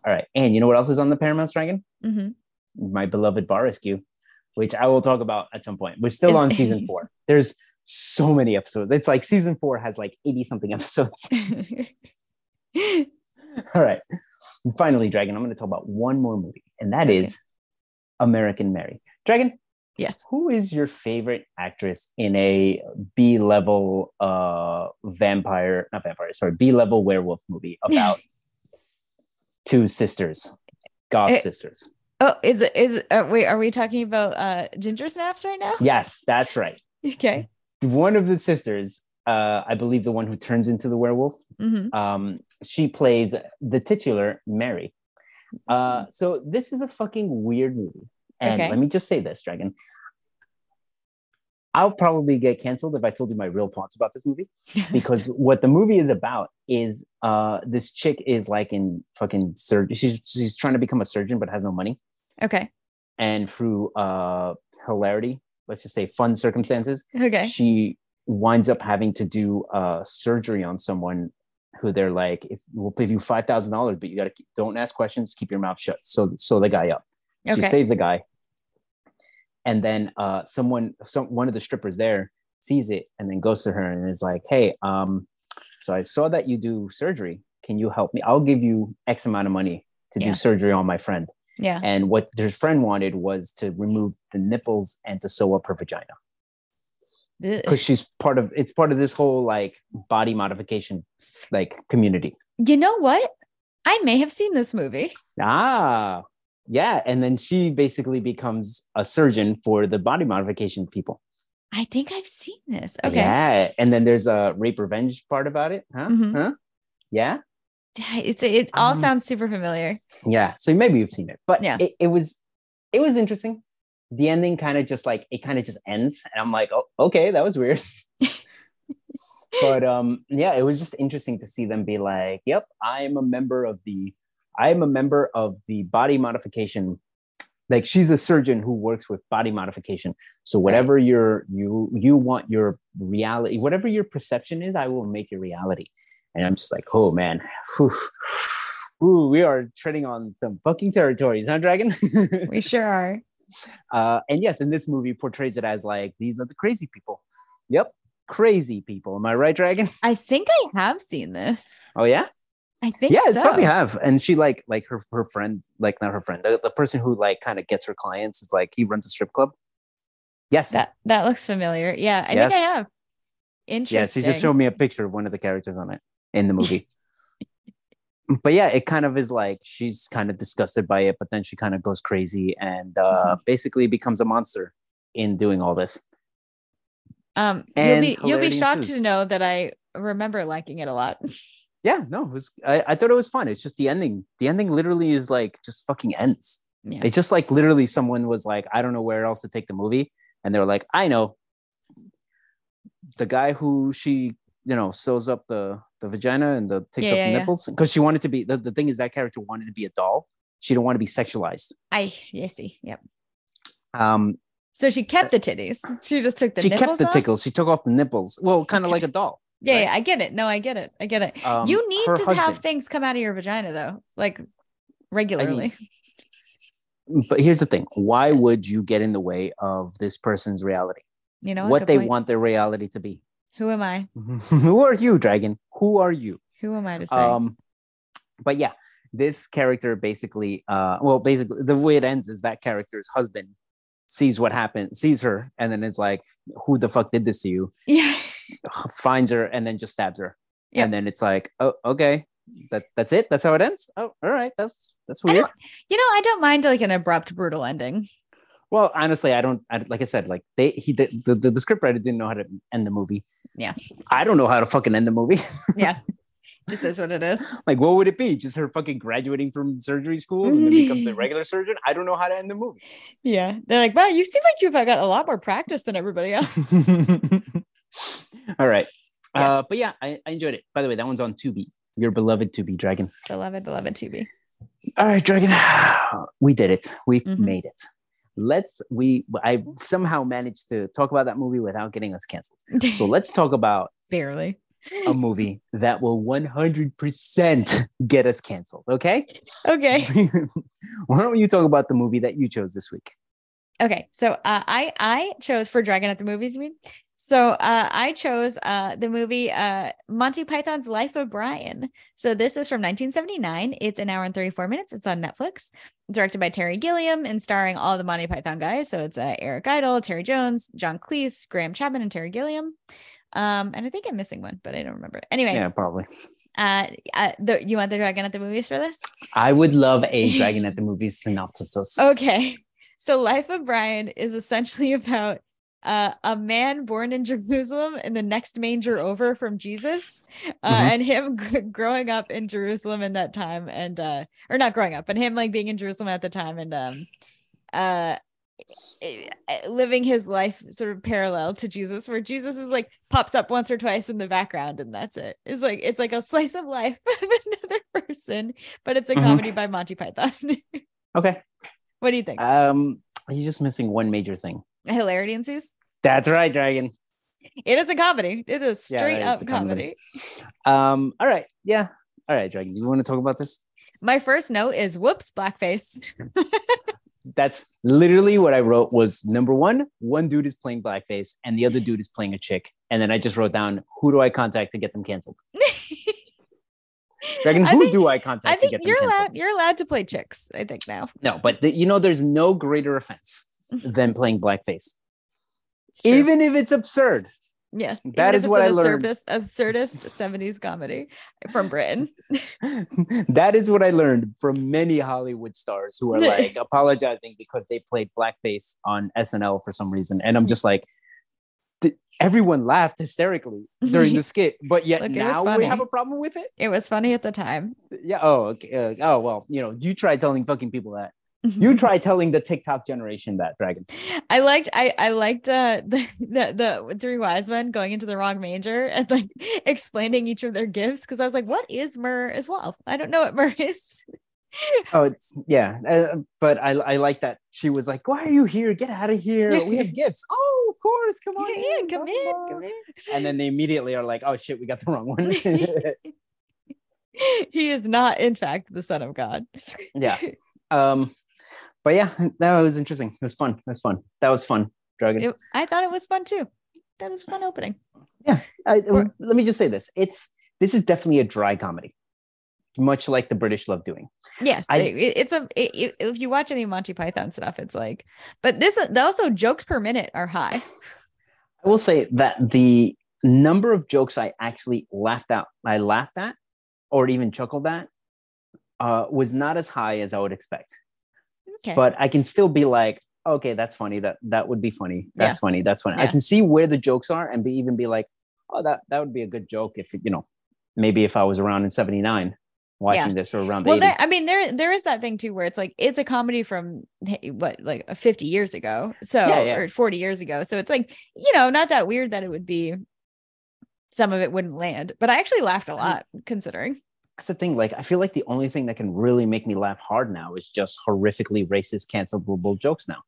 Speaker 2: All right, and you know what else is on the Paramounts, Dragon?
Speaker 1: hmm
Speaker 2: My beloved Bar Rescue, which I will talk about at some point. We're still
Speaker 1: Is-
Speaker 2: on season four. There's so many episodes. It's like season four has like eighty something episodes. All right. And Finally, Dragon, I'm going to talk about one more movie, and that is
Speaker 1: Okay.
Speaker 2: American Mary. Dragon,
Speaker 1: yes.
Speaker 2: who is your favorite actress in a B level uh, vampire, not vampire, sorry, B level werewolf movie about two sisters, goth
Speaker 1: It-
Speaker 2: sisters?
Speaker 1: Oh, is it is it- uh, wait? Are we talking about uh ginger snaps right now?
Speaker 2: Yes, that's right.
Speaker 1: Okay.
Speaker 2: One of the sisters, uh, I believe the one who turns into the werewolf,
Speaker 1: hmm
Speaker 2: um, she plays the titular Mary. Uh, so this is a fucking weird movie. And
Speaker 1: Okay.
Speaker 2: let me just say this, Dragon. I'll probably get canceled if I told you my real thoughts about this movie because what the movie is about is uh, this chick is like in fucking surgery. She's, she's trying to become a surgeon but has no money.
Speaker 1: okay.
Speaker 2: And through uh, hilarity, let's just say fun circumstances,
Speaker 1: Okay.
Speaker 2: she winds up having to do uh, surgery on someone who they're like, if we'll pay you five thousand dollars, but you gotta keep, don't ask questions, keep your mouth shut. So so the guy up. She
Speaker 1: Okay.
Speaker 2: saves the guy, and then uh, someone, some one of the strippers there sees it and then goes to her and is like, hey, um, so I saw that you do surgery. Can you help me? I'll give you X amount of money to
Speaker 1: Yeah.
Speaker 2: do surgery on my friend.
Speaker 1: yeah.
Speaker 2: And what their friend wanted was to remove the nipples and to sew up her vagina
Speaker 1: Ugh.
Speaker 2: because she's part of it's part of this whole like body modification like community
Speaker 1: You know what? I may have seen this movie.
Speaker 2: ah yeah and then she basically becomes a surgeon for the body modification people
Speaker 1: I think I've seen this. Okay.
Speaker 2: yeah and then there's a rape revenge part about it huh
Speaker 1: Mhm.
Speaker 2: huh yeah
Speaker 1: It's it all
Speaker 2: Um,
Speaker 1: sounds super familiar.
Speaker 2: yeah so maybe you've seen it but
Speaker 1: Yeah.
Speaker 2: yeah it, it was it was interesting the ending kind of just like it kind of just ends and i'm like oh okay that was weird but um yeah it was just interesting to see them be like yep i'm a member of the i'm a member of the body modification like she's a surgeon who works with body modification so whatever your you you want your reality whatever your perception is i will make your reality and i'm just like oh man whew. Ooh, we are treading on some fucking territories, huh, Dragon?
Speaker 1: We sure are.
Speaker 2: uh, and yes, and this movie portrays it as like these are the crazy people. Yep, crazy people. Am I right, Dragon?
Speaker 1: I think I have seen this.
Speaker 2: Oh yeah,
Speaker 1: I think
Speaker 2: yeah, it's
Speaker 1: so.
Speaker 2: probably have. And she like like her her friend, like not her friend, the, the person who like kind of gets her clients is like he runs a strip club. Yes,
Speaker 1: that that looks familiar. Yeah, I
Speaker 2: Yes.
Speaker 1: think I have.
Speaker 2: yeah.
Speaker 1: Interesting.
Speaker 2: She just showed me a picture of one of the characters on it in the movie. but yeah, it kind of is like she's kind of disgusted by it, but then she kind of goes crazy and
Speaker 1: Mm-hmm.
Speaker 2: uh, basically becomes a monster in doing all this.
Speaker 1: Um, you'll
Speaker 2: and
Speaker 1: be you'll be
Speaker 2: hilarity
Speaker 1: shocked to
Speaker 2: ensues.
Speaker 1: know that I remember liking it a lot.
Speaker 2: Yeah, no, it was. I, I thought it was fun. It's just the ending. The ending literally is like just fucking ends.
Speaker 1: yeah.
Speaker 2: It's just like literally someone was like, I don't know where else to take the movie. And they were like, I know. The guy who she, you know, sews up the, the vagina and the takes
Speaker 1: Yeah,
Speaker 2: up
Speaker 1: yeah,
Speaker 2: the
Speaker 1: yeah.
Speaker 2: nipples. Because she wanted to be the, the thing is that character wanted to be a doll. She didn't want to be sexualized.
Speaker 1: I I see. Yep.
Speaker 2: Um
Speaker 1: So she kept the titties. She just took the
Speaker 2: she
Speaker 1: nipples
Speaker 2: kept the
Speaker 1: off?
Speaker 2: tickles. She took off the nipples. Well, kind of
Speaker 1: Okay.
Speaker 2: like a doll.
Speaker 1: Yeah,
Speaker 2: right?
Speaker 1: yeah, I get it. No, I get it. I get it.
Speaker 2: Um,
Speaker 1: you need to
Speaker 2: her
Speaker 1: have
Speaker 2: husband-
Speaker 1: things come out of your vagina though, like regularly.
Speaker 2: But here's the thing. Why would you get in the way of this person's reality?
Speaker 1: You know
Speaker 2: what
Speaker 1: Good
Speaker 2: they
Speaker 1: point.
Speaker 2: want their reality to be.
Speaker 1: Who am I?
Speaker 2: Who are you, Dragon? Who are you?
Speaker 1: Who am I to say?
Speaker 2: um but yeah this character basically uh well basically the way it ends is that character's husband sees what happened sees her and then it's like who the fuck did this to you
Speaker 1: yeah.
Speaker 2: finds her and then just stabs her
Speaker 1: Yep.
Speaker 2: and then it's like oh okay that that's it that's how it ends oh all right that's that's
Speaker 1: I
Speaker 2: weird
Speaker 1: don't, you know, I don't mind like an abrupt, brutal ending.
Speaker 2: well honestly i don't I, like i said like they he the, the, the, the scriptwriter didn't know how to end the movie
Speaker 1: Yeah.
Speaker 2: i don't know how to fucking end the movie
Speaker 1: Just is what it is.
Speaker 2: like what would it be just her fucking graduating from surgery school and then becomes a regular surgeon i don't know how to end the movie
Speaker 1: Yeah. They're like, wow, you seem like you've got a lot more practice than everybody else.
Speaker 2: All right. Uh, but yeah, I, I enjoyed it. By the way, that one's on Tubi. Your beloved Tubi Dragon.
Speaker 1: Beloved, beloved Tubi.
Speaker 2: All right, Dragon. Mm-hmm. We did it. We have
Speaker 1: Mhm.
Speaker 2: made it. Let's we I somehow managed to talk about that movie without getting us canceled. So let's talk about
Speaker 1: Barely.
Speaker 2: a movie that will 100% get us canceled, okay?
Speaker 1: Okay.
Speaker 2: Why don't you talk about the movie that you chose this week?
Speaker 1: Okay, so uh, I I chose for Dragon at the movies. You mean? So uh, I chose uh, the movie uh, Monty Python's Life of Brian. So this is from 1979. It's an hour and 34 minutes. It's on Netflix. Directed by Terry Gilliam and starring all the Monty Python guys. So it's uh, Eric Idle, Terry Jones, John Cleese, Graham Chapman, and Terry Gilliam. Um, and I think I'm missing one, but I don't remember. Anyway,
Speaker 2: Yeah, probably.
Speaker 1: uh, uh, the, you want the Dragon at the movies for this?
Speaker 2: I would love a Dragon at the Movies synopsis.
Speaker 1: Okay. So Life of Brian is essentially about uh, a man born in Jerusalem in the next manger over from Jesus, uh,
Speaker 2: Mhm.
Speaker 1: and him gr- growing up in Jerusalem in that time, and uh, or not growing up, but him like being in Jerusalem at the time, and um, uh, eh, eh, living his life sort of parallel to Jesus, where Jesus is like pops up once or twice in the background, and that's it. It's like it's like a slice of life of another person, but it's a
Speaker 2: Mhm.
Speaker 1: comedy by Monty Python.
Speaker 2: Okay.
Speaker 1: what do you think?
Speaker 2: Um, you're just missing one major thing.
Speaker 1: hilarity ensues.
Speaker 2: That's right, Dragon.
Speaker 1: It is a comedy. It is
Speaker 2: Yeah,
Speaker 1: straight
Speaker 2: it is
Speaker 1: up
Speaker 2: a
Speaker 1: comedy.
Speaker 2: comedy. Um, all right. Yeah. All right, Dragon. You want to talk about this?
Speaker 1: My first note is whoops, blackface.
Speaker 2: That's literally what I wrote was number one, one dude is playing blackface and the other dude is playing a chick. And then I just wrote down who do I contact to get them canceled? Dragon,
Speaker 1: I
Speaker 2: who
Speaker 1: think-
Speaker 2: do I contact
Speaker 1: I
Speaker 2: to
Speaker 1: think
Speaker 2: get them
Speaker 1: you're
Speaker 2: canceled?
Speaker 1: allowed. You're allowed to play chicks. I think now.
Speaker 2: No, but the, you know, there's no greater offense than playing blackface,
Speaker 1: It's true.
Speaker 2: even if it's absurd.
Speaker 1: yes, that is
Speaker 2: that is what I learned.
Speaker 1: Absurdist, absurdist '70s comedy from Britain.
Speaker 2: that is what I learned from many Hollywood stars who are like apologizing because they played blackface on SNL for some reason. And I'm just like, th- everyone laughed hysterically during the skit, but yet
Speaker 1: Look, it was
Speaker 2: now we
Speaker 1: funny.
Speaker 2: have a problem with it.
Speaker 1: It was funny at the time.
Speaker 2: Yeah. Oh, okay. Uh, oh, well, you know, you try telling fucking people that.
Speaker 1: Mm-hmm.
Speaker 2: You try telling the TikTok generation that, Dragon.
Speaker 1: I liked I I liked uh the, the the three wise men going into the wrong manger and like explaining each of their gifts because I was like, what is myrrh as well? I don't know what myrrh is.
Speaker 2: Oh, it's yeah. Uh, but I, I like that she was like, "Why are you here? Get out of here. We have gifts." Oh, of course. Come on.
Speaker 1: yeah,
Speaker 2: in,
Speaker 1: come
Speaker 2: blah,
Speaker 1: in,
Speaker 2: blah, blah."
Speaker 1: come in.
Speaker 2: and then they immediately are like, "Oh shit, we got the wrong one."
Speaker 1: he is not, in fact, the son of God.
Speaker 2: yeah. Um, but yeah, that was interesting. It was fun. It was fun. That was fun. Dragon.
Speaker 1: It- I thought it was fun too. That was a fun opening.
Speaker 2: I,
Speaker 1: Or-
Speaker 2: let me just say this: it's this is definitely a dry comedy, much like the British love doing.
Speaker 1: Yes,
Speaker 2: I-
Speaker 1: it- it's a. it- it- if you watch any Monty Python stuff, it's like, but this they also jokes per minute are high.
Speaker 2: I will say that the number of jokes I actually laughed out, I laughed at, or even chuckled at, uh, was not as high as I would expect.
Speaker 1: Okay,
Speaker 2: But I can still be like, okay, that's funny. That that would be funny. That's funny. That's funny. I
Speaker 1: Yeah.
Speaker 2: can see where the jokes are, and be, even be like, oh, that that would be a good joke if you know, maybe if I was around in '79 watching this or around
Speaker 1: well,
Speaker 2: '80.
Speaker 1: there, I mean, there there is that thing too where it's like it's a comedy from hey, what like 50 years ago, so
Speaker 2: Yeah, yeah.
Speaker 1: or 40 years ago, so it's like you know not that weird that it would be. Some of it wouldn't land, but I actually laughed a
Speaker 2: mean-
Speaker 1: lot considering.
Speaker 2: that's the thing. Like, I feel like the only thing that can really make me laugh hard now is just horrifically racist, cancelable jokes now.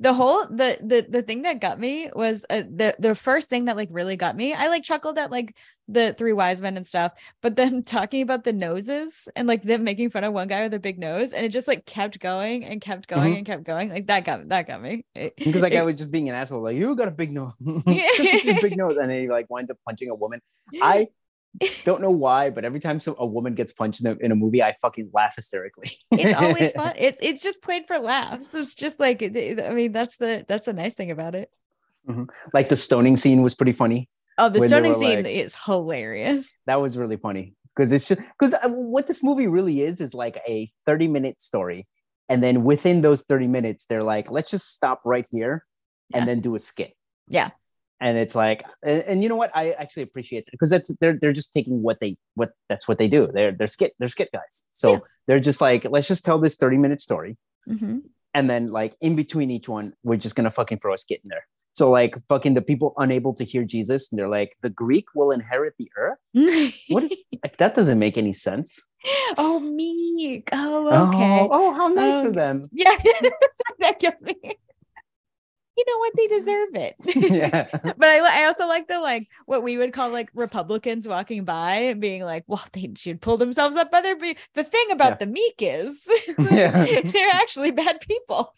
Speaker 1: the whole the the the thing that got me was uh, the the first thing that like really got me. I like chuckled at like the three wise men and stuff, but then talking about the noses and like them making fun of one guy with a big nose, and it just like kept going and kept going
Speaker 2: Mhm.
Speaker 1: and kept going. Like that got that got me. It-
Speaker 2: Because that guy
Speaker 1: it-
Speaker 2: was just being an asshole. Like, you got a big nose, big nose, and then he like winds up punching a woman. I don't know why, but every time so, a woman gets punched in a, in a movie, I fucking laugh hysterically.
Speaker 1: it's always fun. It's it's just played for laughs. It's just like it- it- I mean that's the that's the nice thing about it.
Speaker 2: like the stoning scene was pretty funny.
Speaker 1: Oh, the
Speaker 2: When they
Speaker 1: stoning
Speaker 2: were
Speaker 1: scene
Speaker 2: like-
Speaker 1: is hilarious.
Speaker 2: That was really funny because it's just because what this movie really is is like a thirty-minute story, and then within those thirty minutes, they're like, let's just stop right here,
Speaker 1: Yeah.
Speaker 2: and then do a skit.
Speaker 1: Yeah.
Speaker 2: and it's like and, and you know what i actually appreciate that because that's they're they're just taking what they what that's what they do they're they're skit they're skit guys so
Speaker 1: Yeah.
Speaker 2: they're just like let's just tell this 30 minute story
Speaker 1: Mhm.
Speaker 2: and then like in between each one we're just gonna fucking throw a skit in there So like fucking the people unable to hear Jesus, and they're like, the Greek will inherit the earth. What is like, that? Doesn't make any sense.
Speaker 1: oh, meek. Oh, okay.
Speaker 2: Oh, oh, how nice
Speaker 1: Um,
Speaker 2: of them.
Speaker 1: Yeah, that killed me. You know what? They deserve it.
Speaker 2: yeah.
Speaker 1: But I, I also like the like what we would call like Republicans walking by and being like, well, they should pull themselves up by their be-. The thing about
Speaker 2: Yeah.
Speaker 1: the meek is
Speaker 2: Yeah.
Speaker 1: they're actually bad people.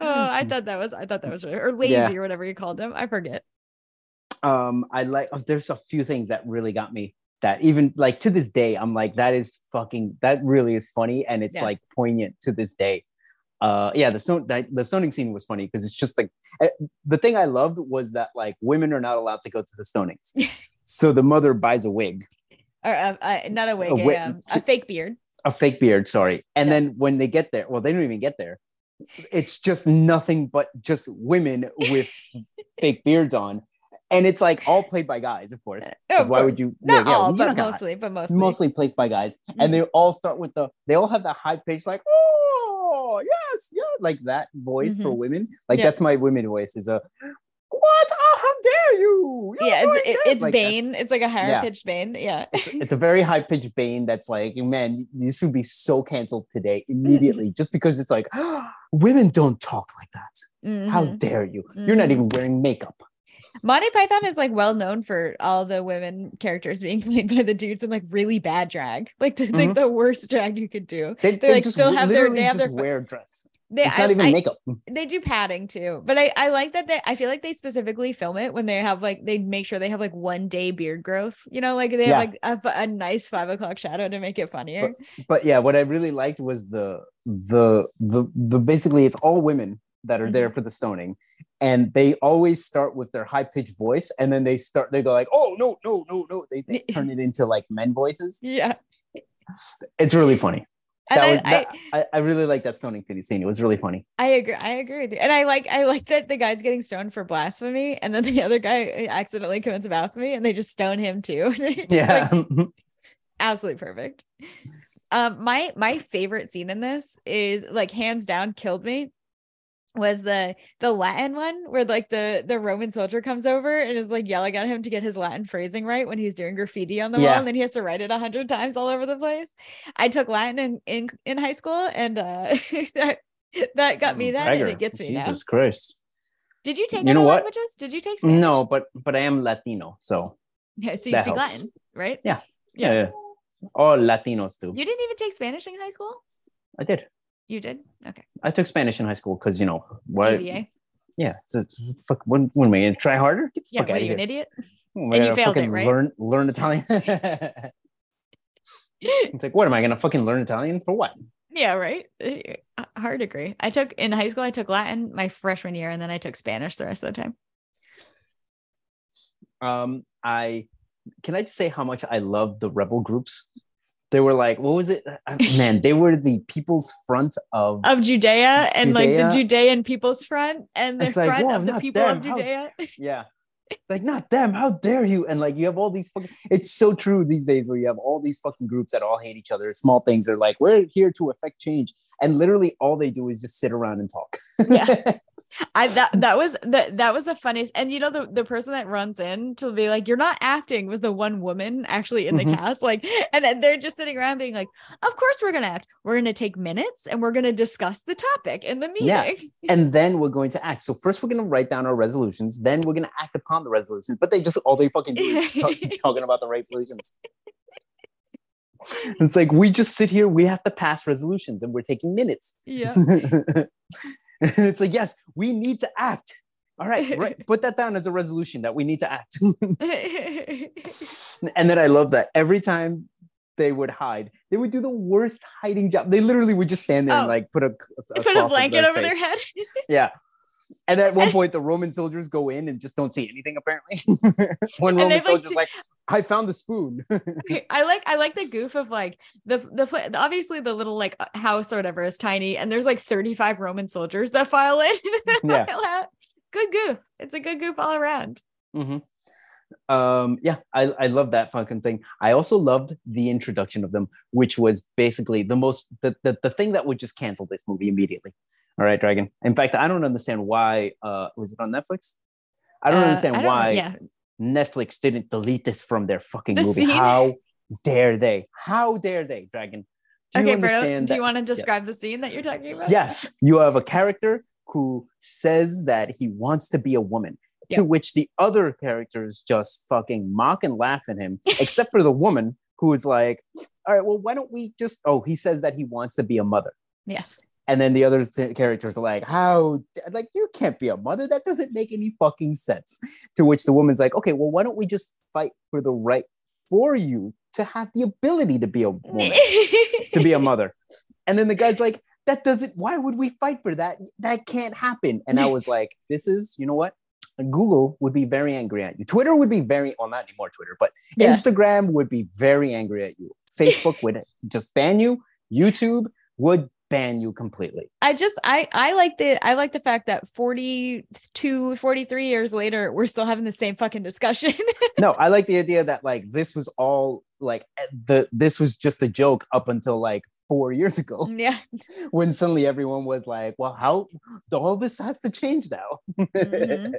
Speaker 1: oh, I thought that was I thought that was really, or lazy
Speaker 2: Yeah.
Speaker 1: or whatever you called them. I forget.
Speaker 2: Um, I like. Oh, there's a few things that really got me. That even like to this day, I'm like, that is fucking. That really is funny, and it's
Speaker 1: Yeah.
Speaker 2: like poignant to this day. Uh, yeah, the stone that, the stoning scene was funny because it's just like eh, the thing I loved was that like women are not allowed to go to the stonings, so the mother buys a wig,
Speaker 1: Or uh, uh, not a wig, a,
Speaker 2: wig.
Speaker 1: um, a fake beard.
Speaker 2: a fake beard, sorry, and then when they get there, well, they don't even get there. It's just nothing but just women with fake beards on, and it's like all played by guys, of course.
Speaker 1: Oh,
Speaker 2: Because why would you?
Speaker 1: not
Speaker 2: yeah, yeah,
Speaker 1: all,
Speaker 2: you're
Speaker 1: but
Speaker 2: not gonna-
Speaker 1: mostly, but mostly,
Speaker 2: mostly placed by guys,
Speaker 1: Mm-hmm.
Speaker 2: and they all start with the. They all have the high pitch, like oh yes, yeah, like that voice for women. Like
Speaker 1: Mm-hmm. Yeah.
Speaker 2: that's my women voice is a. What? Oh, how dare you? You're
Speaker 1: Yeah, it's
Speaker 2: doing
Speaker 1: it,
Speaker 2: this!"
Speaker 1: it's
Speaker 2: Like, that's-
Speaker 1: Bane. It's like a higher
Speaker 2: yeah.
Speaker 1: pitched Bane. Yeah.
Speaker 2: It's a very high pitched Bane that's like, man, this would be so canceled today immediately,
Speaker 1: Mm-hmm.
Speaker 2: just because it's like, "Ah, women don't talk like that. How
Speaker 1: Mhm.
Speaker 2: dare you? You're not
Speaker 1: Mhm.
Speaker 2: even wearing makeup.
Speaker 1: Monty Python is like well known for all the women characters being played by the dudes in like really bad drag, like to
Speaker 2: Mm-hmm.
Speaker 1: think the worst drag you could do.
Speaker 2: They, they
Speaker 1: like,
Speaker 2: just
Speaker 1: still have their-
Speaker 2: literally
Speaker 1: they have
Speaker 2: just
Speaker 1: their-
Speaker 2: wear a dress.
Speaker 1: They,
Speaker 2: it's not
Speaker 1: I,
Speaker 2: even
Speaker 1: I-
Speaker 2: makeup.
Speaker 1: they do padding too, but I, I like that they I feel like they specifically film it when they have like they make sure they have like one day beard growth, you know, like they
Speaker 2: Yeah.
Speaker 1: have like a, f- a nice five o'clock shadow to make it funnier.
Speaker 2: but yeah, what I really liked was the the the the basically it's all women that are
Speaker 1: Mm-hmm.
Speaker 2: there for the stoning, and they always start with their high pitched voice, and then they start they go like, oh no no no no, they, they turn it into like men voices.
Speaker 1: yeah,
Speaker 2: It's really funny.
Speaker 1: and
Speaker 2: that
Speaker 1: I,
Speaker 2: was that,
Speaker 1: I,
Speaker 2: I, I really like that stoning fitty scene. It was really funny.
Speaker 1: I agree. I agree with you. And I like I like that the guy's getting stoned for blasphemy, and then the other guy accidentally commits blasphemy, and they just stone him too. It's
Speaker 2: Yeah,
Speaker 1: like, absolutely perfect. Um, my my favorite scene in this is like hands down killed me was the the Latin one where like the the Roman soldier comes over and is like yelling at him to get his Latin phrasing right when he's doing graffiti on the wall
Speaker 2: Yeah.
Speaker 1: and then he has to write it a hundred times all over the place. I took Latin in in, in high school and uh that that got me that and
Speaker 2: Bragger.
Speaker 1: it gets me now.
Speaker 2: Mm, Jesus Christ.
Speaker 1: Did you take
Speaker 2: You know
Speaker 1: other
Speaker 2: what?
Speaker 1: languages? Did you take Spanish?
Speaker 2: No, but but I am Latino, so
Speaker 1: Yeah, so you
Speaker 2: that
Speaker 1: speak
Speaker 2: helps.
Speaker 1: Latin, right?
Speaker 2: Yeah. yeah, yeah. all Latinos do.
Speaker 1: You didn't even take Spanish in high school?
Speaker 2: I did.
Speaker 1: You did? Okay.
Speaker 2: I took Spanish in high school because you know what?
Speaker 1: Easy, eh?
Speaker 2: Yeah, so it's fuck. When when we gonna try harder? Get the
Speaker 1: Yeah,
Speaker 2: fuck
Speaker 1: were
Speaker 2: out of
Speaker 1: you
Speaker 2: here.
Speaker 1: an idiot?
Speaker 2: Oh my
Speaker 1: And you
Speaker 2: God,
Speaker 1: failed it,
Speaker 2: fucking
Speaker 1: right?
Speaker 2: Learn learn Italian. it's like, what am I gonna fucking learn Italian for? What?
Speaker 1: yeah, right. Uh, Hard degree. I took in high school. I took Latin my freshman year, and then I took Spanish the rest of the time.
Speaker 2: Um, I can I just say how much I love the rebel groups. They were like, what was it? Uh, Man, they were the people's front of.
Speaker 1: Of Judea and like the
Speaker 2: Judea.
Speaker 1: Judean People's Front and the
Speaker 2: It's like,
Speaker 1: front
Speaker 2: whoa,
Speaker 1: of the
Speaker 2: not
Speaker 1: people of
Speaker 2: them. How-
Speaker 1: Judea.
Speaker 2: yeah. It's Like not them. How dare you? And like you have all these fucking. It's so true these days where you have all these fucking groups that all hate each other. Small things. They're like, we're here to affect change, and literally all they do is just sit around and talk.
Speaker 1: Yeah. I that that was the that was the funniest. And you know the the person that runs in to be like, "You're not acting," was the one woman actually in the
Speaker 2: Mhm.
Speaker 1: cast. Like, and then they're just sitting around being like, "Of course we're gonna act. We're gonna take minutes and we're gonna discuss the topic in the meeting."
Speaker 2: Yeah. and then we're going to act. So first we're going to write down our resolutions, then we're going to act upon the resolutions. But they just all they fucking do is just talk, keep talking about the resolutions. It's like we just sit here, we have to pass resolutions, and we're taking minutes.
Speaker 1: yeah.
Speaker 2: and it's like yes, we need to act. All right, right, put that down as a resolution that we need to act. and then I love that every time they would hide, they would do the worst hiding job. They literally would just stand there
Speaker 1: Oh.
Speaker 2: and like put a,
Speaker 1: put a blanket over
Speaker 2: there.
Speaker 1: their head.
Speaker 2: Yeah. And at one point, the Roman soldiers go in and just don't see anything. Apparently, one
Speaker 1: And they,
Speaker 2: Roman
Speaker 1: like,
Speaker 2: soldier's
Speaker 1: t-
Speaker 2: like, "I found the spoon."
Speaker 1: I like I like the goof of like the the pla- obviously the little like uh, house or whatever is tiny, and there's like 35 Roman soldiers that file in.
Speaker 2: Yeah.
Speaker 1: File out. Good goof. It's a good goof all around.
Speaker 2: Mhm.
Speaker 1: Mm-hmm.
Speaker 2: Um, yeah, I, I love that fucking thing. I also loved the introduction of them, which was basically the most the, the the thing that would just cancel this movie immediately All right, Dragon. In fact, I don't understand why. Uh, was it on Netflix? I don't
Speaker 1: Uh,
Speaker 2: understand
Speaker 1: I don't-
Speaker 2: why
Speaker 1: Yeah.
Speaker 2: Netflix didn't delete this from their fucking
Speaker 1: The
Speaker 2: movie.
Speaker 1: scene?
Speaker 2: How dare they? How dare they, Dragon? Do you
Speaker 1: okay, Berto,
Speaker 2: understand
Speaker 1: do you
Speaker 2: that-
Speaker 1: want to describe the scene that you're talking about?
Speaker 2: Yes, you have a character who says that he wants to be a woman, to which the other characters just fucking mock and laugh at him, except for the woman who is like, all right, well, why don't we just, oh, he says that he wants to be a mother.
Speaker 1: Yes.
Speaker 2: And then the other t- characters are like, how, d- like, you can't be a mother. That doesn't make any fucking sense. To which the woman's like, okay, well, why don't we just fight for the right for you to have the ability to be a woman? to be a mother. And then the guy's like, that doesn't, why would we fight for that? That can't happen. And I was like, this is, you know what? Google would be very angry at you. Twitter would be very, well, not anymore Twitter, but
Speaker 1: Yeah.
Speaker 2: Instagram would be very angry at you. Facebook would just ban you. YouTube would ban you completely.
Speaker 1: I just I I like the I like the fact that 42 43 years later we're still having the same fucking discussion.
Speaker 2: No, I like the idea that like this was all like eh, the this was just a joke up until like four years ago
Speaker 1: yeah.
Speaker 2: when suddenly everyone was like, well, how all this has to change now.
Speaker 1: Mhm.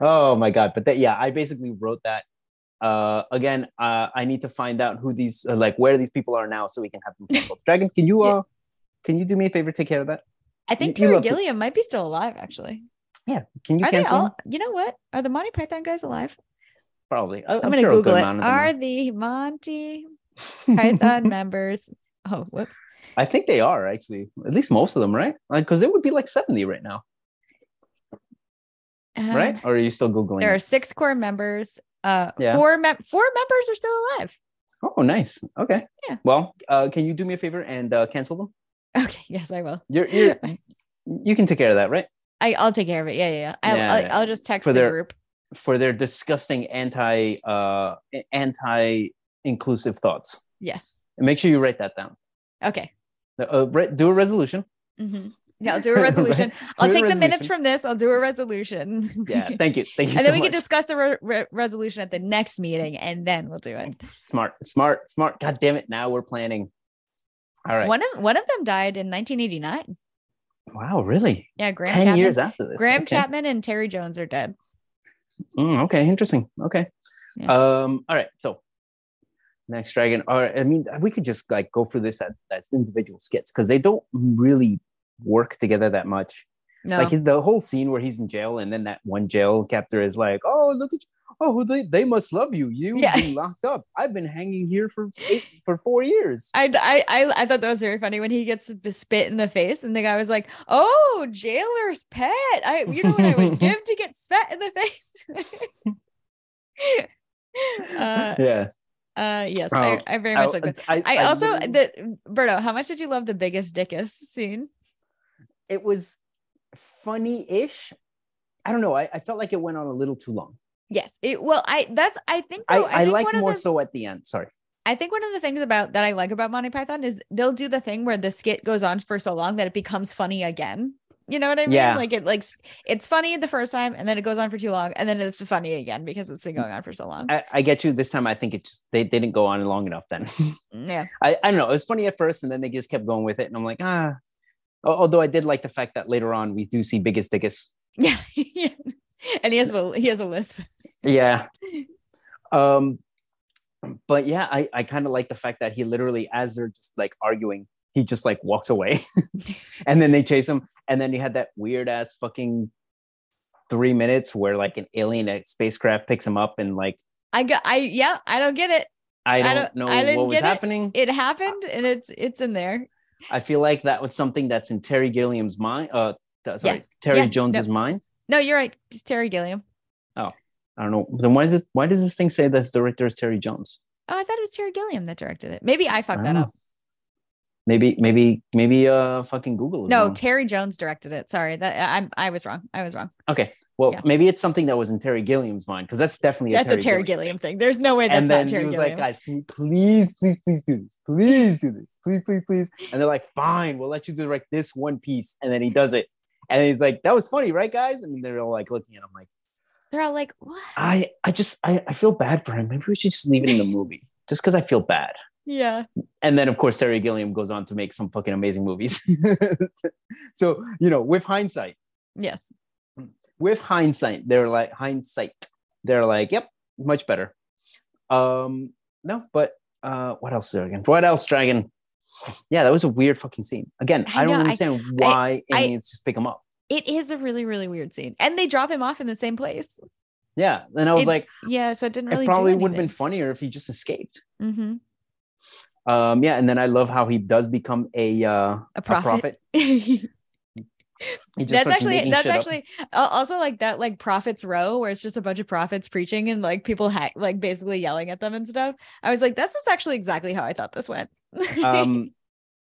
Speaker 2: oh my god but that yeah i basically wrote that uh again uh i need to find out who these uh, like where these people are now so we can have them canceled dragon can you
Speaker 1: Yeah.
Speaker 2: uh can you do me a favor take care of that
Speaker 1: I think
Speaker 2: You- you
Speaker 1: Terry
Speaker 2: love to-
Speaker 1: Gilliam might be still alive actually.
Speaker 2: can you
Speaker 1: Are they
Speaker 2: cancel
Speaker 1: all
Speaker 2: them?
Speaker 1: You know what? Are the Monty Python guys alive?
Speaker 2: probably I,
Speaker 1: I'm, going to
Speaker 2: sure a good
Speaker 1: Google it.
Speaker 2: amount of them
Speaker 1: Are the Monty
Speaker 2: are.
Speaker 1: Python members? Oh, whoops.
Speaker 2: i think they are actually at least most of them right like because it would be like 70 right now
Speaker 1: Um,
Speaker 2: right or are you still googling
Speaker 1: There are
Speaker 2: it?
Speaker 1: six core members. Uh,
Speaker 2: Yeah.
Speaker 1: four mem- four members are still alive.
Speaker 2: oh nice okay
Speaker 1: Yeah.
Speaker 2: well uh can you do me a favor and uh cancel them
Speaker 1: Okay, yes, I will.
Speaker 2: you're, you're you can take care of that right
Speaker 1: I, I'll take care of it. Yeah, yeah, yeah. I'll,
Speaker 2: Yeah,
Speaker 1: I'll,
Speaker 2: yeah.
Speaker 1: I'll just text
Speaker 2: For
Speaker 1: the
Speaker 2: their-
Speaker 1: group.
Speaker 2: for their disgusting anti uh anti inclusive thoughts.
Speaker 1: Yes.
Speaker 2: And make sure you write that down.
Speaker 1: Okay.
Speaker 2: Uh, write, do a resolution.
Speaker 1: hmm Yeah, I'll do a resolution. I'll
Speaker 2: Do a
Speaker 1: take the minutes
Speaker 2: resolution.
Speaker 1: from this. I'll do a resolution.
Speaker 2: Yeah, thank you, thank you.
Speaker 1: and
Speaker 2: so
Speaker 1: then we
Speaker 2: much.
Speaker 1: can discuss the re- re- resolution at the next meeting, and then we'll do it.
Speaker 2: smart, smart, smart. God damn it! Now we're planning. All right.
Speaker 1: One of one of them died in 1989.
Speaker 2: Wow, really?
Speaker 1: Yeah, Graham
Speaker 2: Ten
Speaker 1: Chapman.
Speaker 2: years after this.
Speaker 1: Graham
Speaker 2: okay.
Speaker 1: Chapman and Terry Jones are dead.
Speaker 2: Mm, okay, interesting. Okay.
Speaker 1: Yeah.
Speaker 2: Um. All right. So next dragon. All right. I mean, we could just like go through this as, as individual skits because they don't really work together that much.
Speaker 1: No.
Speaker 2: Like the whole scene where he's in jail, and then that one jail captor is like, "Oh, look at you! Oh, they, they must love you. You've
Speaker 1: Yeah.
Speaker 2: been locked up. I've been hanging here for eight for four years."
Speaker 1: I, I I I thought that was very funny when he gets b- spit in the face and the guy was like, "Oh, jailer's pet! I you know what I would give to get spat in the face." uh,
Speaker 2: yeah,
Speaker 1: uh, yes,
Speaker 2: Oh,
Speaker 1: I, I very much like that. I, also
Speaker 2: literally-
Speaker 1: the Berto, how much did you love the biggest dickus scene?
Speaker 2: it was funny-ish. I don't know. I, I felt like it went on a little too long.
Speaker 1: Yes, it well, I that's Oh, I think
Speaker 2: I,
Speaker 1: though,
Speaker 2: I,
Speaker 1: think
Speaker 2: liked
Speaker 1: one
Speaker 2: more
Speaker 1: of the,
Speaker 2: so at the end. Sorry.
Speaker 1: I think one of the things about that I like about Monty Python is they'll do the thing where the skit goes on for so long that it becomes funny again. You know what I mean?
Speaker 2: Yeah.
Speaker 1: Like it like s- it's funny the first time and then it goes on for too long and then it's funny again because it's been going on for so long.
Speaker 2: Mm. I, I get you. This time, I think it just they, they didn't go on long enough. Then
Speaker 1: yeah.
Speaker 2: I, I don't know. It was funny at first, and then they just kept going with it, and I'm like, ah. Al- Although I did like the fact that later on we do see biggest dickest
Speaker 1: Yeah. yeah. And he has a he has a list.
Speaker 2: yeah um but yeah i i kind of like the fact that he literally as they're just like arguing he just like walks away and then they chase him and then you had that weird ass fucking three minutes where like an alien uh, spacecraft picks him up and like
Speaker 1: I got I yeah, I don't get it.
Speaker 2: i don't,
Speaker 1: don't-
Speaker 2: know
Speaker 1: I didn't
Speaker 2: what was
Speaker 1: get it.
Speaker 2: happening
Speaker 1: It happened and it's it's in there.
Speaker 2: i feel like that was something that's in terry gilliam's mind uh th- sorry
Speaker 1: Yes.
Speaker 2: terry
Speaker 1: Yeah,
Speaker 2: jones's mind
Speaker 1: No, you're right. It's Terry Gilliam.
Speaker 2: i don't know then why is this why does this thing say this director is terry jones
Speaker 1: Oh, I thought it was Terry Gilliam that directed it. Maybe I fucked that
Speaker 2: Oh.
Speaker 1: up.
Speaker 2: maybe maybe maybe uh fucking google is
Speaker 1: No,
Speaker 2: wrong.
Speaker 1: Terry Jones directed it. Sorry. That I'm I was wrong. I was wrong.
Speaker 2: Okay. Well,
Speaker 1: Yeah.
Speaker 2: maybe it's something that was in Terry Gilliam's mind because that's definitely
Speaker 1: that's
Speaker 2: a Terry,
Speaker 1: a Terry
Speaker 2: Gilliam.
Speaker 1: Gilliam thing. There's no way that's
Speaker 2: And then
Speaker 1: not Terry
Speaker 2: he was
Speaker 1: Gilliam.
Speaker 2: like, guys, can you please, please, please do this. Please do this. Please, please, please. And they're like, fine, we'll let you direct this one piece. And then he does it. And he's like, that was funny, right, guys? And they're all like looking at him like,
Speaker 1: They're all like, what?
Speaker 2: I, I just, I, I feel bad for him. Maybe we should just leave it in the movie just because I feel bad.
Speaker 1: Yeah.
Speaker 2: and then of course Terry Gilliam goes on to make some fucking amazing movies. so you know, with hindsight,
Speaker 1: Yes.
Speaker 2: with hindsight, they're like hindsight, they're like, yep, much better. Um, no, but uh, what else, Dragon? What else, Dragon? Yeah, that was a weird fucking scene. Again,
Speaker 1: I
Speaker 2: I, don't
Speaker 1: know, I-
Speaker 2: understand why
Speaker 1: I-
Speaker 2: aliens just pick him up.
Speaker 1: It is a really, really weird scene. And they drop him off in the same place.
Speaker 2: Yeah, and I was
Speaker 1: It
Speaker 2: like,
Speaker 1: Yeah. So it didn't really
Speaker 2: it probably would have been funnier if he just escaped.
Speaker 1: been mm-hmm.
Speaker 2: Um, yeah, and then I love how he does become a uh,
Speaker 1: a
Speaker 2: a
Speaker 1: prophet.
Speaker 2: prophet. He just
Speaker 1: that's
Speaker 2: starts
Speaker 1: actually
Speaker 2: making
Speaker 1: that's
Speaker 2: shit up.
Speaker 1: actually al- also like that like prophets row where it's just a bunch of prophets preaching and like people ha- like basically yelling at them and stuff. I was like, this is actually exactly how I thought this went.
Speaker 2: um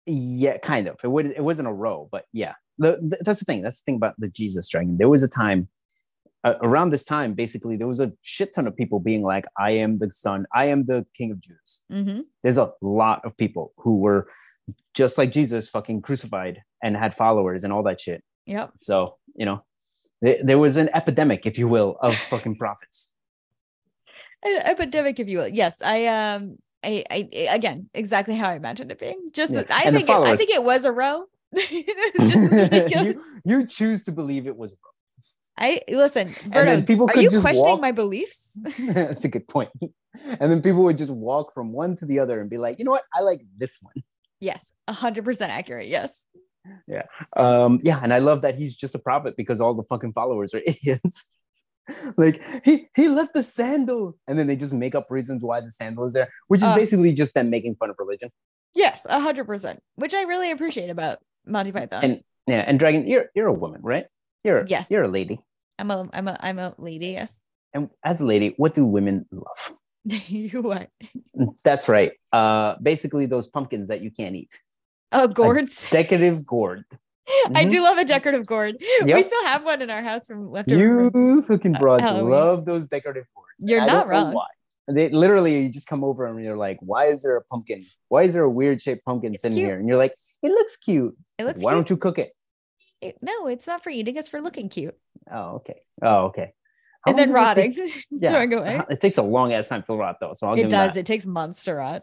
Speaker 2: yeah kind of it would it wasn't a row but yeah the, th- that's the thing that's the thing about the jesus dragon there was a time uh, around this time basically there was a shit ton of people being like i am the son i am the king of jews
Speaker 1: Mhm.
Speaker 2: there's a lot of people who were just like jesus fucking crucified and had followers and all that shit
Speaker 1: Yep.
Speaker 2: so you know th- there was an epidemic if you will of fucking prophets
Speaker 1: an epidemic if you will yes i um I, I I- again exactly how i imagined it being just
Speaker 2: Yeah,
Speaker 1: i
Speaker 2: and the
Speaker 1: think it, i
Speaker 2: followers.
Speaker 1: think it was a row It was just ridiculous.
Speaker 2: you, you choose to believe it was
Speaker 1: i listen
Speaker 2: and then
Speaker 1: Berto,
Speaker 2: people
Speaker 1: are
Speaker 2: could
Speaker 1: you
Speaker 2: just
Speaker 1: questioning
Speaker 2: walk
Speaker 1: my beliefs
Speaker 2: That's a good point. And then people would just walk from one to the other and be like, you know what? I like this one.
Speaker 1: yes 100% accurate yes
Speaker 2: Um, yeah, and I love that he's just a prophet because all the fucking followers are idiots. like he he left the sandal, and then they just make up reasons why the sandal is there, which is
Speaker 1: Uh.
Speaker 2: basically just them making fun of religion.
Speaker 1: yes 100% which i really appreciate about monty python
Speaker 2: And- Yeah, and Dragon, you're you're a woman, right? You're
Speaker 1: Yes.
Speaker 2: you're a lady,
Speaker 1: i'm a i'm a i'm a lady yes
Speaker 2: and as a lady, what do women love?
Speaker 1: you what
Speaker 2: That's right. Uh, basically, those pumpkins that you can't eat,
Speaker 1: oh gourds
Speaker 2: decorative gourd.
Speaker 1: i
Speaker 2: Mhm.
Speaker 1: do love a decorative gourd we
Speaker 2: Yep.
Speaker 1: still have one in our house from leftover from-
Speaker 2: You fucking
Speaker 1: Uh,
Speaker 2: broads
Speaker 1: Halloween.
Speaker 2: love those decorative boards.
Speaker 1: You're
Speaker 2: I
Speaker 1: not
Speaker 2: don't
Speaker 1: wrong.
Speaker 2: know Why. They literally you just come over and you're like, why is there a pumpkin? Why is there a weird shaped pumpkin
Speaker 1: It's
Speaker 2: sitting
Speaker 1: cute.
Speaker 2: here? And you're like, it looks cute.
Speaker 1: it looks
Speaker 2: why
Speaker 1: cute.
Speaker 2: don't you cook it?
Speaker 1: It- no it's not for eating it's for looking cute
Speaker 2: Oh, okay. Oh, okay. How
Speaker 1: and then
Speaker 2: long does it
Speaker 1: rotting,
Speaker 2: take- Yeah.
Speaker 1: throwing away.
Speaker 2: It takes a long ass time to rot though. So I'll give
Speaker 1: it
Speaker 2: him
Speaker 1: does.
Speaker 2: That.
Speaker 1: It takes months to rot.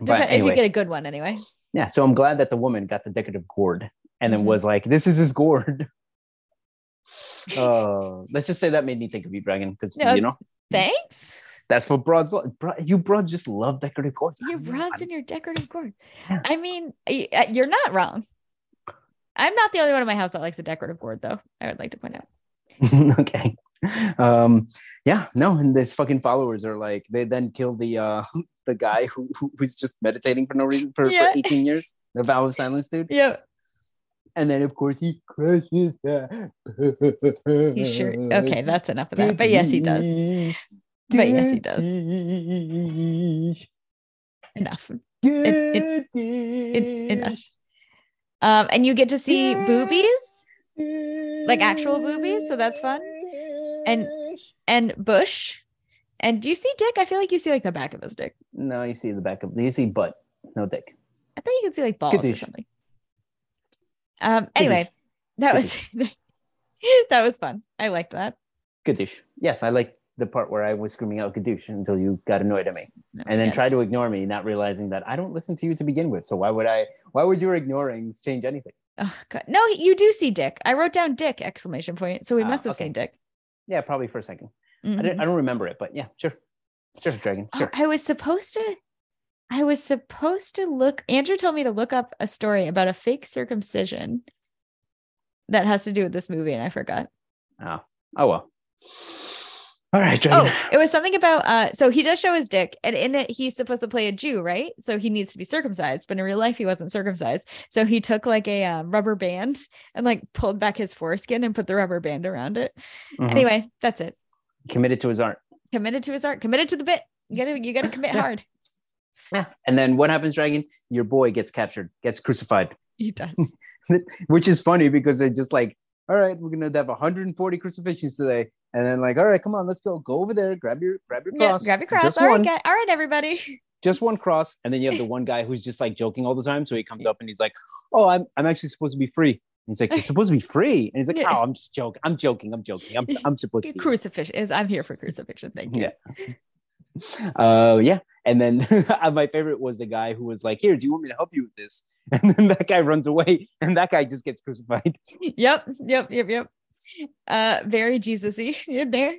Speaker 2: But
Speaker 1: Dep- If
Speaker 2: anyway,
Speaker 1: you get a good one, anyway.
Speaker 2: yeah. So I'm glad that the woman got the decorative gourd and then
Speaker 1: Mhm.
Speaker 2: was like, this is his gourd. Oh, let's just say that made me think of you, Dragon, because
Speaker 1: No,
Speaker 2: you know
Speaker 1: Thanks.
Speaker 2: that's what broads love. Bro- you broads just love decorative gourds. I
Speaker 1: Your
Speaker 2: don't know. I
Speaker 1: rods and your decorative gourd.
Speaker 2: Yeah.
Speaker 1: I mean, y- uh, you're not wrong. I'm not the only one in my house that likes a decorative gourd, though. I would like to point out.
Speaker 2: okay. Um, yeah, no, and these fucking followers are like they then kill the uh the guy who, who was just meditating for no reason for,
Speaker 1: Yeah.
Speaker 2: for 18 years, the vow of silence dude.
Speaker 1: Yeah,
Speaker 2: And then of course he crushes that.
Speaker 1: he sure. Okay, that's enough of that. But yes, he does. But yes, he does. Enough. it- enough. Um, and you get to see boobies like actual boobies, so that's fun. And- and bush. And do you see dick? I feel like you see like the back of his dick.
Speaker 2: no, you see the back of you see butt, no dick.
Speaker 1: I thought you could see like balls or
Speaker 2: Kadoosh.
Speaker 1: something. Um. Anyway, that was that was fun. I liked that.
Speaker 2: Gadoosh. Yes, I like the part where I was screaming out Gadoosh until you got annoyed at me
Speaker 1: No,
Speaker 2: and then
Speaker 1: yeah.
Speaker 2: tried to ignore me, not realizing that I don't listen to you to begin with. So why would I, why would your ignoring change anything?
Speaker 1: Oh, God. No, you do see Dick. I wrote down Dick exclamation point. So we
Speaker 2: Ah,
Speaker 1: must have
Speaker 2: okay.
Speaker 1: seen Dick.
Speaker 2: Yeah, probably for a 2nd I,
Speaker 1: Mhm.
Speaker 2: didn't, I don't remember it, but yeah, sure. Sure, Dragon.
Speaker 1: Oh,
Speaker 2: Sure.
Speaker 1: I was supposed to. I was supposed to look. Andrew told me to look up a story about a fake circumcision that has to do with this movie, and I forgot.
Speaker 2: Oh, well. All right, Dragon.
Speaker 1: Oh, it was something about uh so he does show his dick and in it he's supposed to play a Jew, right? So he needs to be circumcised, but in real life he wasn't circumcised. So he took like a um, rubber band and like pulled back his foreskin and put the rubber band around it.
Speaker 2: Mhm.
Speaker 1: Anyway, that's it.
Speaker 2: Committed to his art.
Speaker 1: Committed to his art, committed to the bit. You gotta you gotta commit
Speaker 2: Yeah.
Speaker 1: hard.
Speaker 2: Yeah. And then what happens, Dragon? Your boy gets captured, gets crucified,
Speaker 1: He does.
Speaker 2: which is funny because they're just like, all right, we're gonna have 140 crucifixions today. And then like, all right, come on, let's go. Go over there, grab your grab your
Speaker 1: Yeah,
Speaker 2: cross.
Speaker 1: grab your cross.
Speaker 2: Just
Speaker 1: All right,
Speaker 2: one.
Speaker 1: guy. all right, everybody.
Speaker 2: just one cross, and then you have the one guy who's just like joking all the time. So he comes up and he's like, "Oh, I'm I'm actually supposed to be free." And he's like, "You're supposed to be free," and he's like,
Speaker 1: Yeah.
Speaker 2: "Oh, I'm just joking. I'm joking. I'm joking. I'm I'm supposed to." Be.
Speaker 1: Crucifixion. I'm here for crucifixion. Thank you.
Speaker 2: Yeah. Uh, yeah. And then my favorite was the guy who was like, "Here, do you want me to help you with this?" And then that guy runs away, and that guy just gets crucified.
Speaker 1: Yep, yep, yep, yep. Uh, very Jesus-y in there.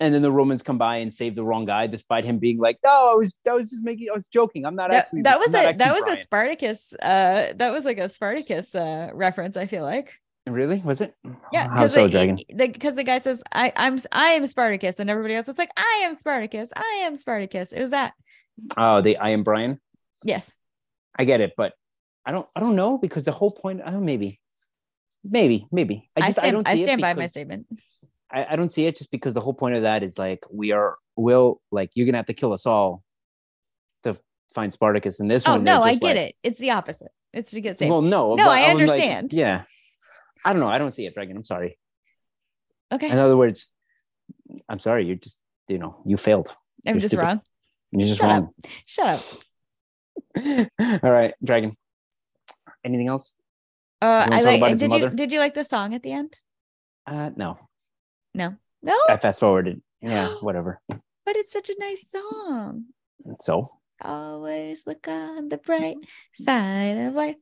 Speaker 2: And then the Romans come by and save the wrong guy, despite him being like, "No, I was, I was just making, I was joking. I'm not
Speaker 1: That,
Speaker 2: actually."
Speaker 1: that was
Speaker 2: I'm not
Speaker 1: a
Speaker 2: actually
Speaker 1: that was a
Speaker 2: Brian."
Speaker 1: Spartacus. Uh, that was like a Spartacus uh reference. I feel like.
Speaker 2: Really? Was it?
Speaker 1: Yeah,
Speaker 2: How so, Dragon?
Speaker 1: Because the, guy says, "I, I'm, I am Spartacus," and everybody else is like, "I am Spartacus, I am Spartacus." It was that.
Speaker 2: Oh, the I am Brian.
Speaker 1: Yes,
Speaker 2: I get it, but I don't. I don't know because the whole point. I don't. Maybe. Maybe. Maybe. I
Speaker 1: I,
Speaker 2: just. I,
Speaker 1: stand, I,
Speaker 2: don't. See it
Speaker 1: stand by my
Speaker 2: because-
Speaker 1: statement.
Speaker 2: I, I don't see it just because the whole point of that is like we are will like you're gonna have to kill us all to find Spartacus in this
Speaker 1: Oh
Speaker 2: one. they're
Speaker 1: no, I
Speaker 2: just
Speaker 1: get
Speaker 2: like-
Speaker 1: it. It's the opposite. It's to get saved.
Speaker 2: Well, no,
Speaker 1: No,
Speaker 2: but
Speaker 1: I
Speaker 2: was like,
Speaker 1: understand.
Speaker 2: yeah, I don't know. I don't see it, Dragon. I'm sorry.
Speaker 1: okay,
Speaker 2: In other words, I'm sorry. You're just you know you failed.
Speaker 1: I'm
Speaker 2: you're
Speaker 1: just
Speaker 2: stupid.
Speaker 1: wrong.
Speaker 2: You're just
Speaker 1: Shut up.
Speaker 2: wrong.
Speaker 1: Shut up.
Speaker 2: all right, Dragon. Anything else?
Speaker 1: Uh,
Speaker 2: wanna
Speaker 1: I
Speaker 2: talk
Speaker 1: like.
Speaker 2: about his
Speaker 1: Did you
Speaker 2: mother?
Speaker 1: did you like the song at the end?
Speaker 2: Uh, no.
Speaker 1: No,
Speaker 2: I fast forwarded. Yeah, whatever.
Speaker 1: but it's such a nice song.
Speaker 2: So
Speaker 1: Always look on the bright side of life.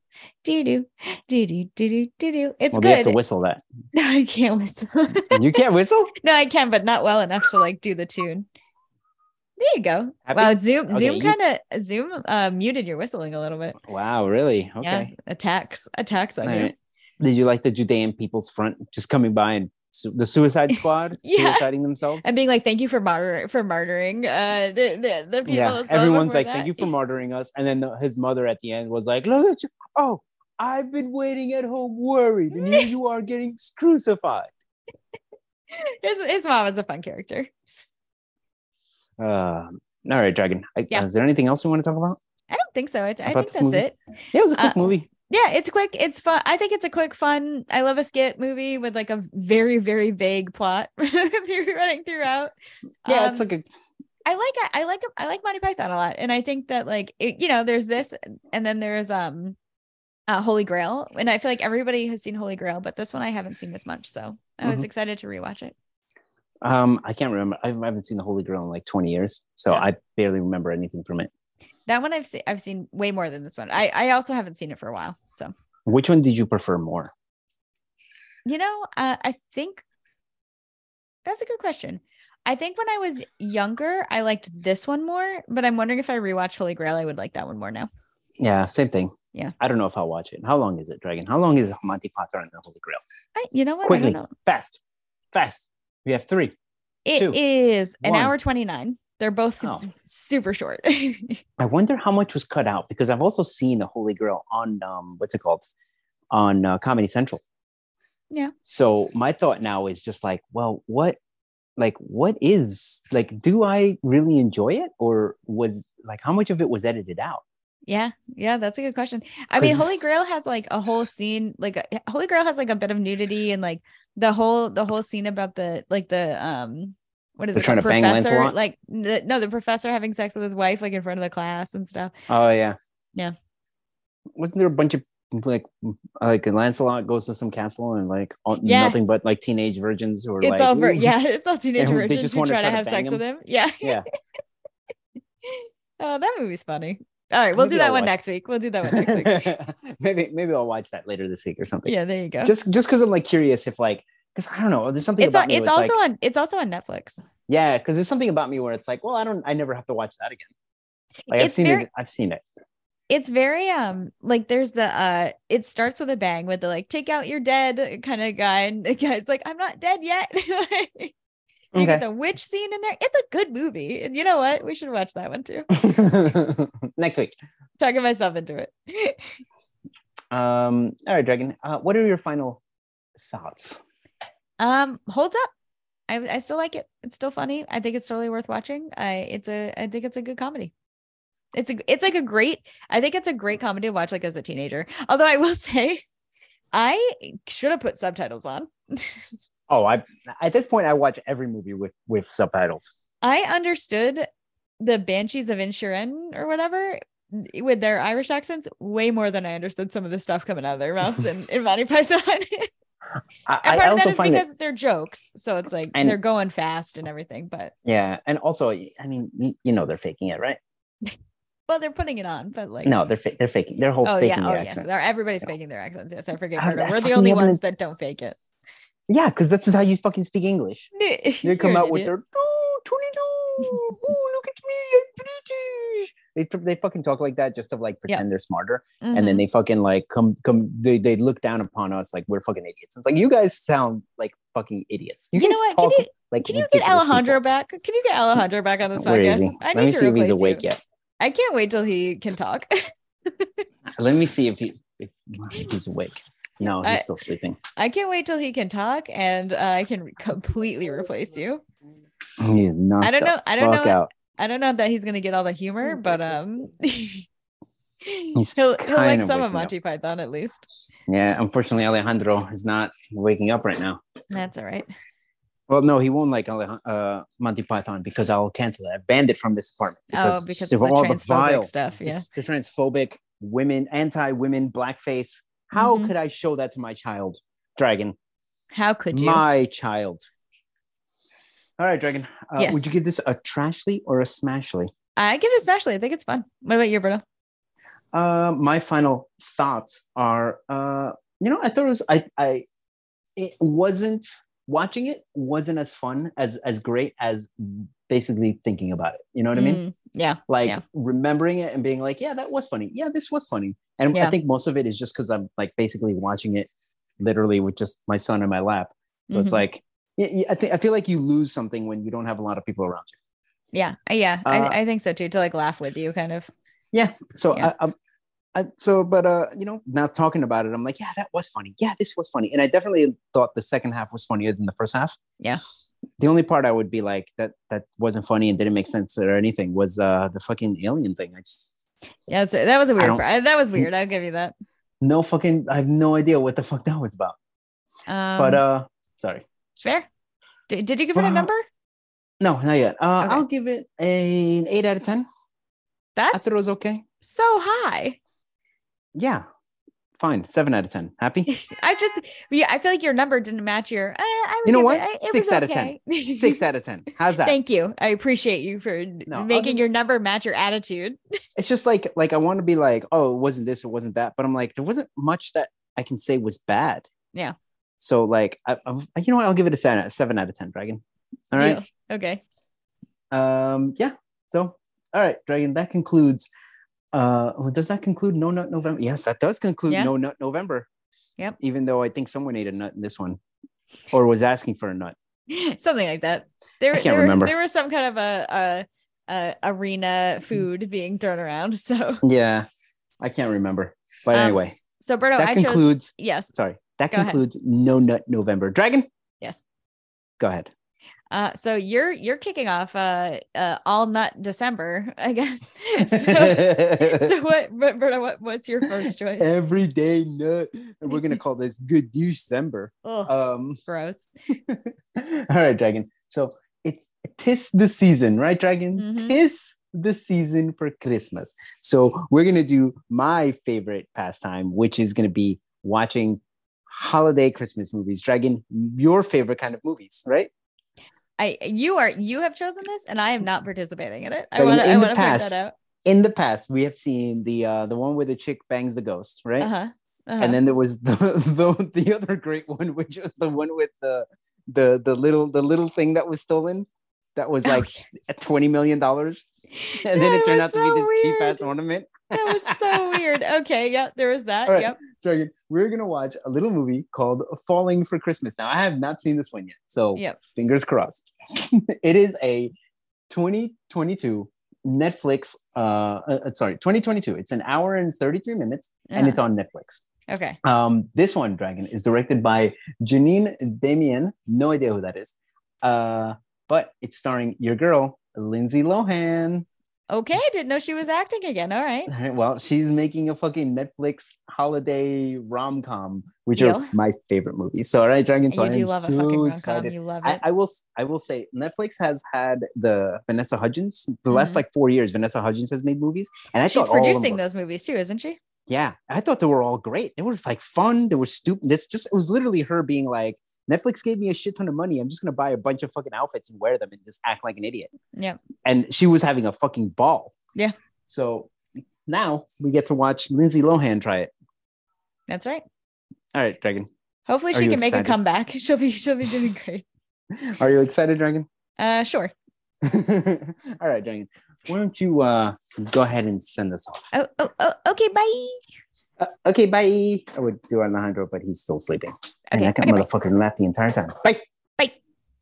Speaker 1: Do do do do do do do. It's
Speaker 2: well, you have
Speaker 1: good.
Speaker 2: to whistle that.
Speaker 1: No, I can't whistle.
Speaker 2: You can't whistle.
Speaker 1: No, I can, but not well enough to like do the tune. There you go.
Speaker 2: Happy?
Speaker 1: Wow, Zoom
Speaker 2: Okay,
Speaker 1: Zoom
Speaker 2: you-
Speaker 1: kind of Zoom uh, muted your whistling a little bit.
Speaker 2: Wow, really? Okay.
Speaker 1: Yeah, attacks attacks on
Speaker 2: All
Speaker 1: you.
Speaker 2: right. Did you like the Judean People's Front just coming by and su- the Suicide Squad
Speaker 1: Yeah.
Speaker 2: suiciding themselves?
Speaker 1: And being like, thank you for martyr for martyring uh, the, the the people.
Speaker 2: yeah,
Speaker 1: as well
Speaker 2: everyone's
Speaker 1: before
Speaker 2: like, "Thank you
Speaker 1: that."
Speaker 2: for martyring us." And then the, his mother at the end was like, "Look at you! Oh, I've been waiting at home, worried, and here you are getting crucified."
Speaker 1: his, his mom is a fun character.
Speaker 2: Um, all right, Dragon. I,
Speaker 1: Yeah.
Speaker 2: Is there anything else we want to talk about?
Speaker 1: I don't think so. I, I
Speaker 2: About
Speaker 1: think
Speaker 2: this
Speaker 1: that's
Speaker 2: movie?
Speaker 1: it.
Speaker 2: Yeah, it was a quick
Speaker 1: Uh,
Speaker 2: movie.
Speaker 1: Yeah, it's quick. It's fun. I think it's a quick, fun. I love a skit movie with like a very, very vague plot running throughout.
Speaker 2: Yeah,
Speaker 1: Um,
Speaker 2: it's like a
Speaker 1: I like I like I like Monty Python a lot, and I think that like it, you know, there's this, and then there's um, uh, Holy Grail, and I feel like everybody has seen Holy Grail, but this one I haven't seen as much, so I was
Speaker 2: Mhm.
Speaker 1: excited to rewatch it.
Speaker 2: um, I can't remember. I haven't seen the Holy Grail in like twenty years, so
Speaker 1: Yeah.
Speaker 2: I barely remember anything from it.
Speaker 1: That one I've seen I've seen way more than this one. I I also haven't seen it for a while, so
Speaker 2: Which one did you prefer more?
Speaker 1: you know, uh, I think that's a good question. I think when I was younger, I liked this one more, but I'm wondering if I rewatch Holy Grail, I would like that one more now.
Speaker 2: Yeah, same thing.
Speaker 1: Yeah.
Speaker 2: I don't know if I'll watch it. How long is it, Dragon? How long is Monty Python and the Holy Grail?
Speaker 1: I, you know what? I
Speaker 2: Quickly,
Speaker 1: don't know.
Speaker 2: fast, fast. We have three.
Speaker 1: It is
Speaker 2: Two.
Speaker 1: an
Speaker 2: One.
Speaker 1: hour 29. They're both
Speaker 2: Oh.
Speaker 1: super short.
Speaker 2: I wonder how much was cut out because I've also seen the Holy Grail on um, what's it called, on uh, Comedy Central.
Speaker 1: Yeah.
Speaker 2: So my thought now is just like, well, what, like, what is like? Do I really enjoy it, or was like how much of it was edited out?
Speaker 1: yeah, yeah, that's a good question. I mean,
Speaker 2: 'Cause-
Speaker 1: Holy Grail has like a whole scene, like a, Holy Grail has like a bit of nudity and like the whole the whole scene about the like the um what is
Speaker 2: They're
Speaker 1: it?
Speaker 2: trying
Speaker 1: the
Speaker 2: to bang Lancelot?
Speaker 1: like the, no, the professor having sex with his wife like in front of the class and stuff.
Speaker 2: Oh yeah.
Speaker 1: Yeah.
Speaker 2: Wasn't there a bunch of like like Lancelot goes to some castle and like all,
Speaker 1: Yeah.
Speaker 2: nothing but like teenage virgins who are
Speaker 1: It's
Speaker 2: like
Speaker 1: all vir-
Speaker 2: "Ooh."
Speaker 1: yeah, it's all teenage
Speaker 2: who- they
Speaker 1: virgins
Speaker 2: just
Speaker 1: who
Speaker 2: wanna
Speaker 1: try to
Speaker 2: try to
Speaker 1: have
Speaker 2: bang
Speaker 1: sex with him. Yeah,
Speaker 2: Yeah.
Speaker 1: oh, that movie's funny. All right, we'll
Speaker 2: Maybe
Speaker 1: do that
Speaker 2: I'll
Speaker 1: one
Speaker 2: watch
Speaker 1: next week. We'll do that one next week.
Speaker 2: maybe maybe I'll watch that later this week or something.
Speaker 1: yeah, there you go.
Speaker 2: Just just because I'm like curious if like because I don't know there's something
Speaker 1: it's
Speaker 2: about
Speaker 1: on,
Speaker 2: me. where
Speaker 1: it's also
Speaker 2: like,
Speaker 1: on it's also on Netflix.
Speaker 2: yeah because there's something about me where it's like well I don't I never have to watch that again. Like I've
Speaker 1: It's
Speaker 2: seen
Speaker 1: very-
Speaker 2: it I've seen it.
Speaker 1: It's very um like there's the uh it starts with a bang with the like take out your dead kind of guy and the guy's like I'm not dead yet. Like, You get
Speaker 2: Okay.
Speaker 1: the witch scene in there. It's a good movie. And you know what? We should watch that one too.
Speaker 2: Next week.
Speaker 1: Talking myself into it.
Speaker 2: Um. All right, Dragon. Uh, what are your final thoughts?
Speaker 1: um holds up I, I still like it it's still funny i think it's totally worth watching i it's a i think it's a good comedy it's a it's like a great i think it's a great comedy to watch like as a teenager although i will say i should have put subtitles on
Speaker 2: Oh, I at this point I watch every movie with with subtitles.
Speaker 1: i understood the banshees of Inisherin or whatever with their irish accents way more than i understood some of the stuff coming out of their mouths in, in monty python
Speaker 2: I,
Speaker 1: And part of
Speaker 2: I
Speaker 1: that
Speaker 2: also
Speaker 1: is
Speaker 2: find
Speaker 1: because
Speaker 2: it.
Speaker 1: they're jokes. So it's like
Speaker 2: And-
Speaker 1: they're going fast and everything, but
Speaker 2: Yeah, and also, I mean, you, you know, they're faking it, right?
Speaker 1: well, they're putting it on, but like
Speaker 2: No, they're fa- they're faking. They're whole
Speaker 1: Oh
Speaker 2: faking
Speaker 1: yeah, oh
Speaker 2: their
Speaker 1: yes.
Speaker 2: accent.
Speaker 1: They're, everybody's
Speaker 2: No.
Speaker 1: faking their accents. Yes, I forget.
Speaker 2: How
Speaker 1: We're,
Speaker 2: did I
Speaker 1: we're the
Speaker 2: fucking
Speaker 1: only
Speaker 2: ever-
Speaker 1: ones that don't fake it.
Speaker 2: Yeah, because this is how you fucking speak English. They come
Speaker 1: You're an
Speaker 2: out with
Speaker 1: idiot.
Speaker 2: their oh, 22. Oh, look at me, I'm British. They tr- they fucking talk like that just to like pretend they're smarter, and
Speaker 1: Mhm.
Speaker 2: then they fucking like come come they they look down upon us like we're fucking idiots. It's like you guys sound like fucking idiots.
Speaker 1: You,
Speaker 2: guys
Speaker 1: know what? Can you
Speaker 2: like
Speaker 1: can you get
Speaker 2: ridiculous
Speaker 1: Alejandro
Speaker 2: people.
Speaker 1: back? Can you get Alejandro back on this
Speaker 2: Where is
Speaker 1: podcast?
Speaker 2: he?
Speaker 1: I need
Speaker 2: Let
Speaker 1: to
Speaker 2: me see if he's
Speaker 1: replace
Speaker 2: awake
Speaker 1: you.
Speaker 2: yet.
Speaker 1: I can't wait till he can talk.
Speaker 2: Let me see if he if if he's awake. No, he's
Speaker 1: I-
Speaker 2: still sleeping.
Speaker 1: I can't wait till he can talk, and uh, I can re- completely replace you.
Speaker 2: He's knocked
Speaker 1: don't
Speaker 2: the
Speaker 1: know- I don't
Speaker 2: fuck
Speaker 1: know-
Speaker 2: Out.
Speaker 1: I don't know that he's gonna get all the humor, but um, he'll he'll like
Speaker 2: kinda
Speaker 1: some
Speaker 2: waking
Speaker 1: of
Speaker 2: up.
Speaker 1: Monty Python at least.
Speaker 2: Yeah, unfortunately, Alejandro is not waking up right now.
Speaker 1: That's all right.
Speaker 2: Well, no, he won't like Alej- uh, Monty Python because I'll cancel it. I banned it from this apartment
Speaker 1: oh, because
Speaker 2: of
Speaker 1: of the
Speaker 2: all the
Speaker 1: transphobic
Speaker 2: vile,
Speaker 1: stuff. Yeah.
Speaker 2: dis- the transphobic women, anti-women, blackface. How
Speaker 1: Mhm.
Speaker 2: could I show that to my child, Dragon?
Speaker 1: How could you?
Speaker 2: My child. All right, Dragon. Uh,
Speaker 1: Yes.
Speaker 2: Would you give this a trashly or a smashly?
Speaker 1: I give it especially. I think it's fun. What about you, Bruno?
Speaker 2: Uh, my final thoughts are, uh, you know, I thought it was, I, I, it wasn't watching it wasn't as fun as as great as basically thinking about it. You know what I mean?
Speaker 1: Mm, yeah.
Speaker 2: like
Speaker 1: Yeah.
Speaker 2: remembering it and being like, yeah, that was funny. Yeah, this was funny. And I
Speaker 1: Yeah.
Speaker 2: think most of it is just because I'm like basically watching it literally with just my son in my lap. So it's
Speaker 1: Mhm.
Speaker 2: like, y- y- I think I feel like you lose something when you don't have a lot of people around you.
Speaker 1: Yeah. uh, Yeah.
Speaker 2: Uh,
Speaker 1: I, I think so too. To like laugh with you, kind of.
Speaker 2: Yeah. So
Speaker 1: Yeah.
Speaker 2: I, I, I, so, but uh, you know, now talking about it, I'm like, yeah, that was funny. Yeah, this was funny. And I definitely thought the second half was funnier than the first half.
Speaker 1: Yeah.
Speaker 2: The only part I would be like that that wasn't funny and didn't make sense or anything was uh the fucking alien thing. I just
Speaker 1: Yeah. That's it. That was a weird.
Speaker 2: don't-
Speaker 1: part. That was weird. I'll give you that.
Speaker 2: no fucking I have no idea what the fuck that was about.
Speaker 1: Um,
Speaker 2: but uh sorry
Speaker 1: fair. Did, did you give it a
Speaker 2: well-
Speaker 1: number?
Speaker 2: no not yet uh,
Speaker 1: Okay.
Speaker 2: i'll give it an 8 out of 10 i
Speaker 1: That's
Speaker 2: thought it was okay
Speaker 1: so high.
Speaker 2: yeah fine 7 out of 10 happy
Speaker 1: I just, yeah, I feel like your number didn't match your. Uh, I would
Speaker 2: You know
Speaker 1: give
Speaker 2: what?
Speaker 1: It, I- it
Speaker 2: Six
Speaker 1: was
Speaker 2: out of
Speaker 1: okay.
Speaker 2: 6 out of 10 how's that
Speaker 1: Thank you. I appreciate you for
Speaker 2: I'll
Speaker 1: making
Speaker 2: give-
Speaker 1: your number match your attitude.
Speaker 2: it's just like like i want to be like oh it wasn't this it wasn't that but i'm like there wasn't much that i can say was bad
Speaker 1: Yeah.
Speaker 2: so like I, I'm, you know what i'll give it a 7 out, 7 out of 10 dragon all right
Speaker 1: Deal. Okay.
Speaker 2: um yeah so all right dragon that concludes uh oh, does that conclude no nut november yes that does conclude
Speaker 1: Yeah.
Speaker 2: no nut november
Speaker 1: Yep.
Speaker 2: even though i think someone ate a nut in this one or was asking for a nut
Speaker 1: something like that. There,
Speaker 2: can't
Speaker 1: there,
Speaker 2: remember.
Speaker 1: there was some kind of a, a, a arena food being thrown around. So,
Speaker 2: yeah i can't remember but
Speaker 1: Um,
Speaker 2: anyway
Speaker 1: so Berto,
Speaker 2: that
Speaker 1: I chose
Speaker 2: concludes
Speaker 1: yes,
Speaker 2: sorry that
Speaker 1: Go ahead.
Speaker 2: concludes no nut november dragon
Speaker 1: Yes.
Speaker 2: go ahead
Speaker 1: Uh, so you're you're kicking off uh, uh all nut December, I guess. so, so what, but Berta, what what's your first
Speaker 2: Uh,
Speaker 1: choice?
Speaker 2: everyday nut and we're gonna call this good december
Speaker 1: Ugh,
Speaker 2: um
Speaker 1: gross.
Speaker 2: All right, Dragon. So it's tis the season, right, Dragon?
Speaker 1: Mhm.
Speaker 2: Tis the season for Christmas. So we're gonna do my favorite pastime, which is gonna be watching holiday Christmas movies. Dragon, your favorite kind of movies, right?
Speaker 1: I you are you have chosen this, and I am not participating in it. I
Speaker 2: But in-
Speaker 1: want to I
Speaker 2: in the
Speaker 1: want to point
Speaker 2: past,
Speaker 1: that out.
Speaker 2: In the past, we have seen the uh, the one where the chick bangs the ghost, right?
Speaker 1: Uh huh. Uh-huh.
Speaker 2: And then there was the, the the other great one, which was the one with the the the little the little thing that was stolen, that was
Speaker 1: Oh,
Speaker 2: like twenty million dollars, and then
Speaker 1: That
Speaker 2: it turned out
Speaker 1: was
Speaker 2: to be
Speaker 1: so
Speaker 2: this cheap ass
Speaker 1: weird.
Speaker 2: ornament.
Speaker 1: that was so weird. Okay, yeah, there was that.
Speaker 2: All right.
Speaker 1: Yep.
Speaker 2: Dragon, we're gonna watch a little movie called Falling for Christmas. Now I have not seen this one yet, so
Speaker 1: Yep.
Speaker 2: fingers crossed. it is a 2022 Netflix. Uh, uh, uh, sorry, 2022. It's an hour and 33 minutes, and
Speaker 1: Uh-huh.
Speaker 2: it's on Netflix.
Speaker 1: Uh, okay.
Speaker 2: Um, this one, Dragon, is directed by Janine Damien. No idea who that is. Uh, but it's starring your girl, Lindsay Lohan.
Speaker 1: Okay, didn't know she was acting again. All right.
Speaker 2: All right, Well, she's making a fucking Netflix holiday rom com, which
Speaker 1: Deal.
Speaker 2: are my favorite movies. So, all right, Dragon, so
Speaker 1: you do
Speaker 2: I'm
Speaker 1: love a
Speaker 2: so
Speaker 1: fucking rom com.
Speaker 2: excited.
Speaker 1: You love
Speaker 2: I,
Speaker 1: it.
Speaker 2: I will s- I will say Netflix has had the Vanessa Hudgens the last like four years. Vanessa Hudgens has made movies, and I
Speaker 1: Mm-hmm. She's
Speaker 2: thought all of them
Speaker 1: producing
Speaker 2: were-
Speaker 1: those movies too, isn't she?
Speaker 2: yeah, I thought they were all great. They were like fun. They were stupid. That's just it was literally her being like, Netflix gave me a shit ton of money. I'm just gonna buy a bunch of fucking outfits and wear them and just act like an idiot.
Speaker 1: Yeah.
Speaker 2: And she was having a fucking ball.
Speaker 1: Yeah.
Speaker 2: So now we get to watch Lindsay Lohan try it.
Speaker 1: That's right.
Speaker 2: All right, Dragon.
Speaker 1: Hopefully
Speaker 2: Are
Speaker 1: she
Speaker 2: you
Speaker 1: can make
Speaker 2: excited?
Speaker 1: a comeback. She'll be she'll be doing great.
Speaker 2: Are you excited, Dragon?
Speaker 1: Uh sure.
Speaker 2: all right, Dragon. Why don't you uh go ahead and send us off?
Speaker 1: Oh, oh, oh okay, bye.
Speaker 2: Uh, okay, bye. I would do Alejandro, but he's still sleeping. and
Speaker 1: Okay,
Speaker 2: that
Speaker 1: okay, bye.
Speaker 2: motherfucker laughed the entire time. Bye.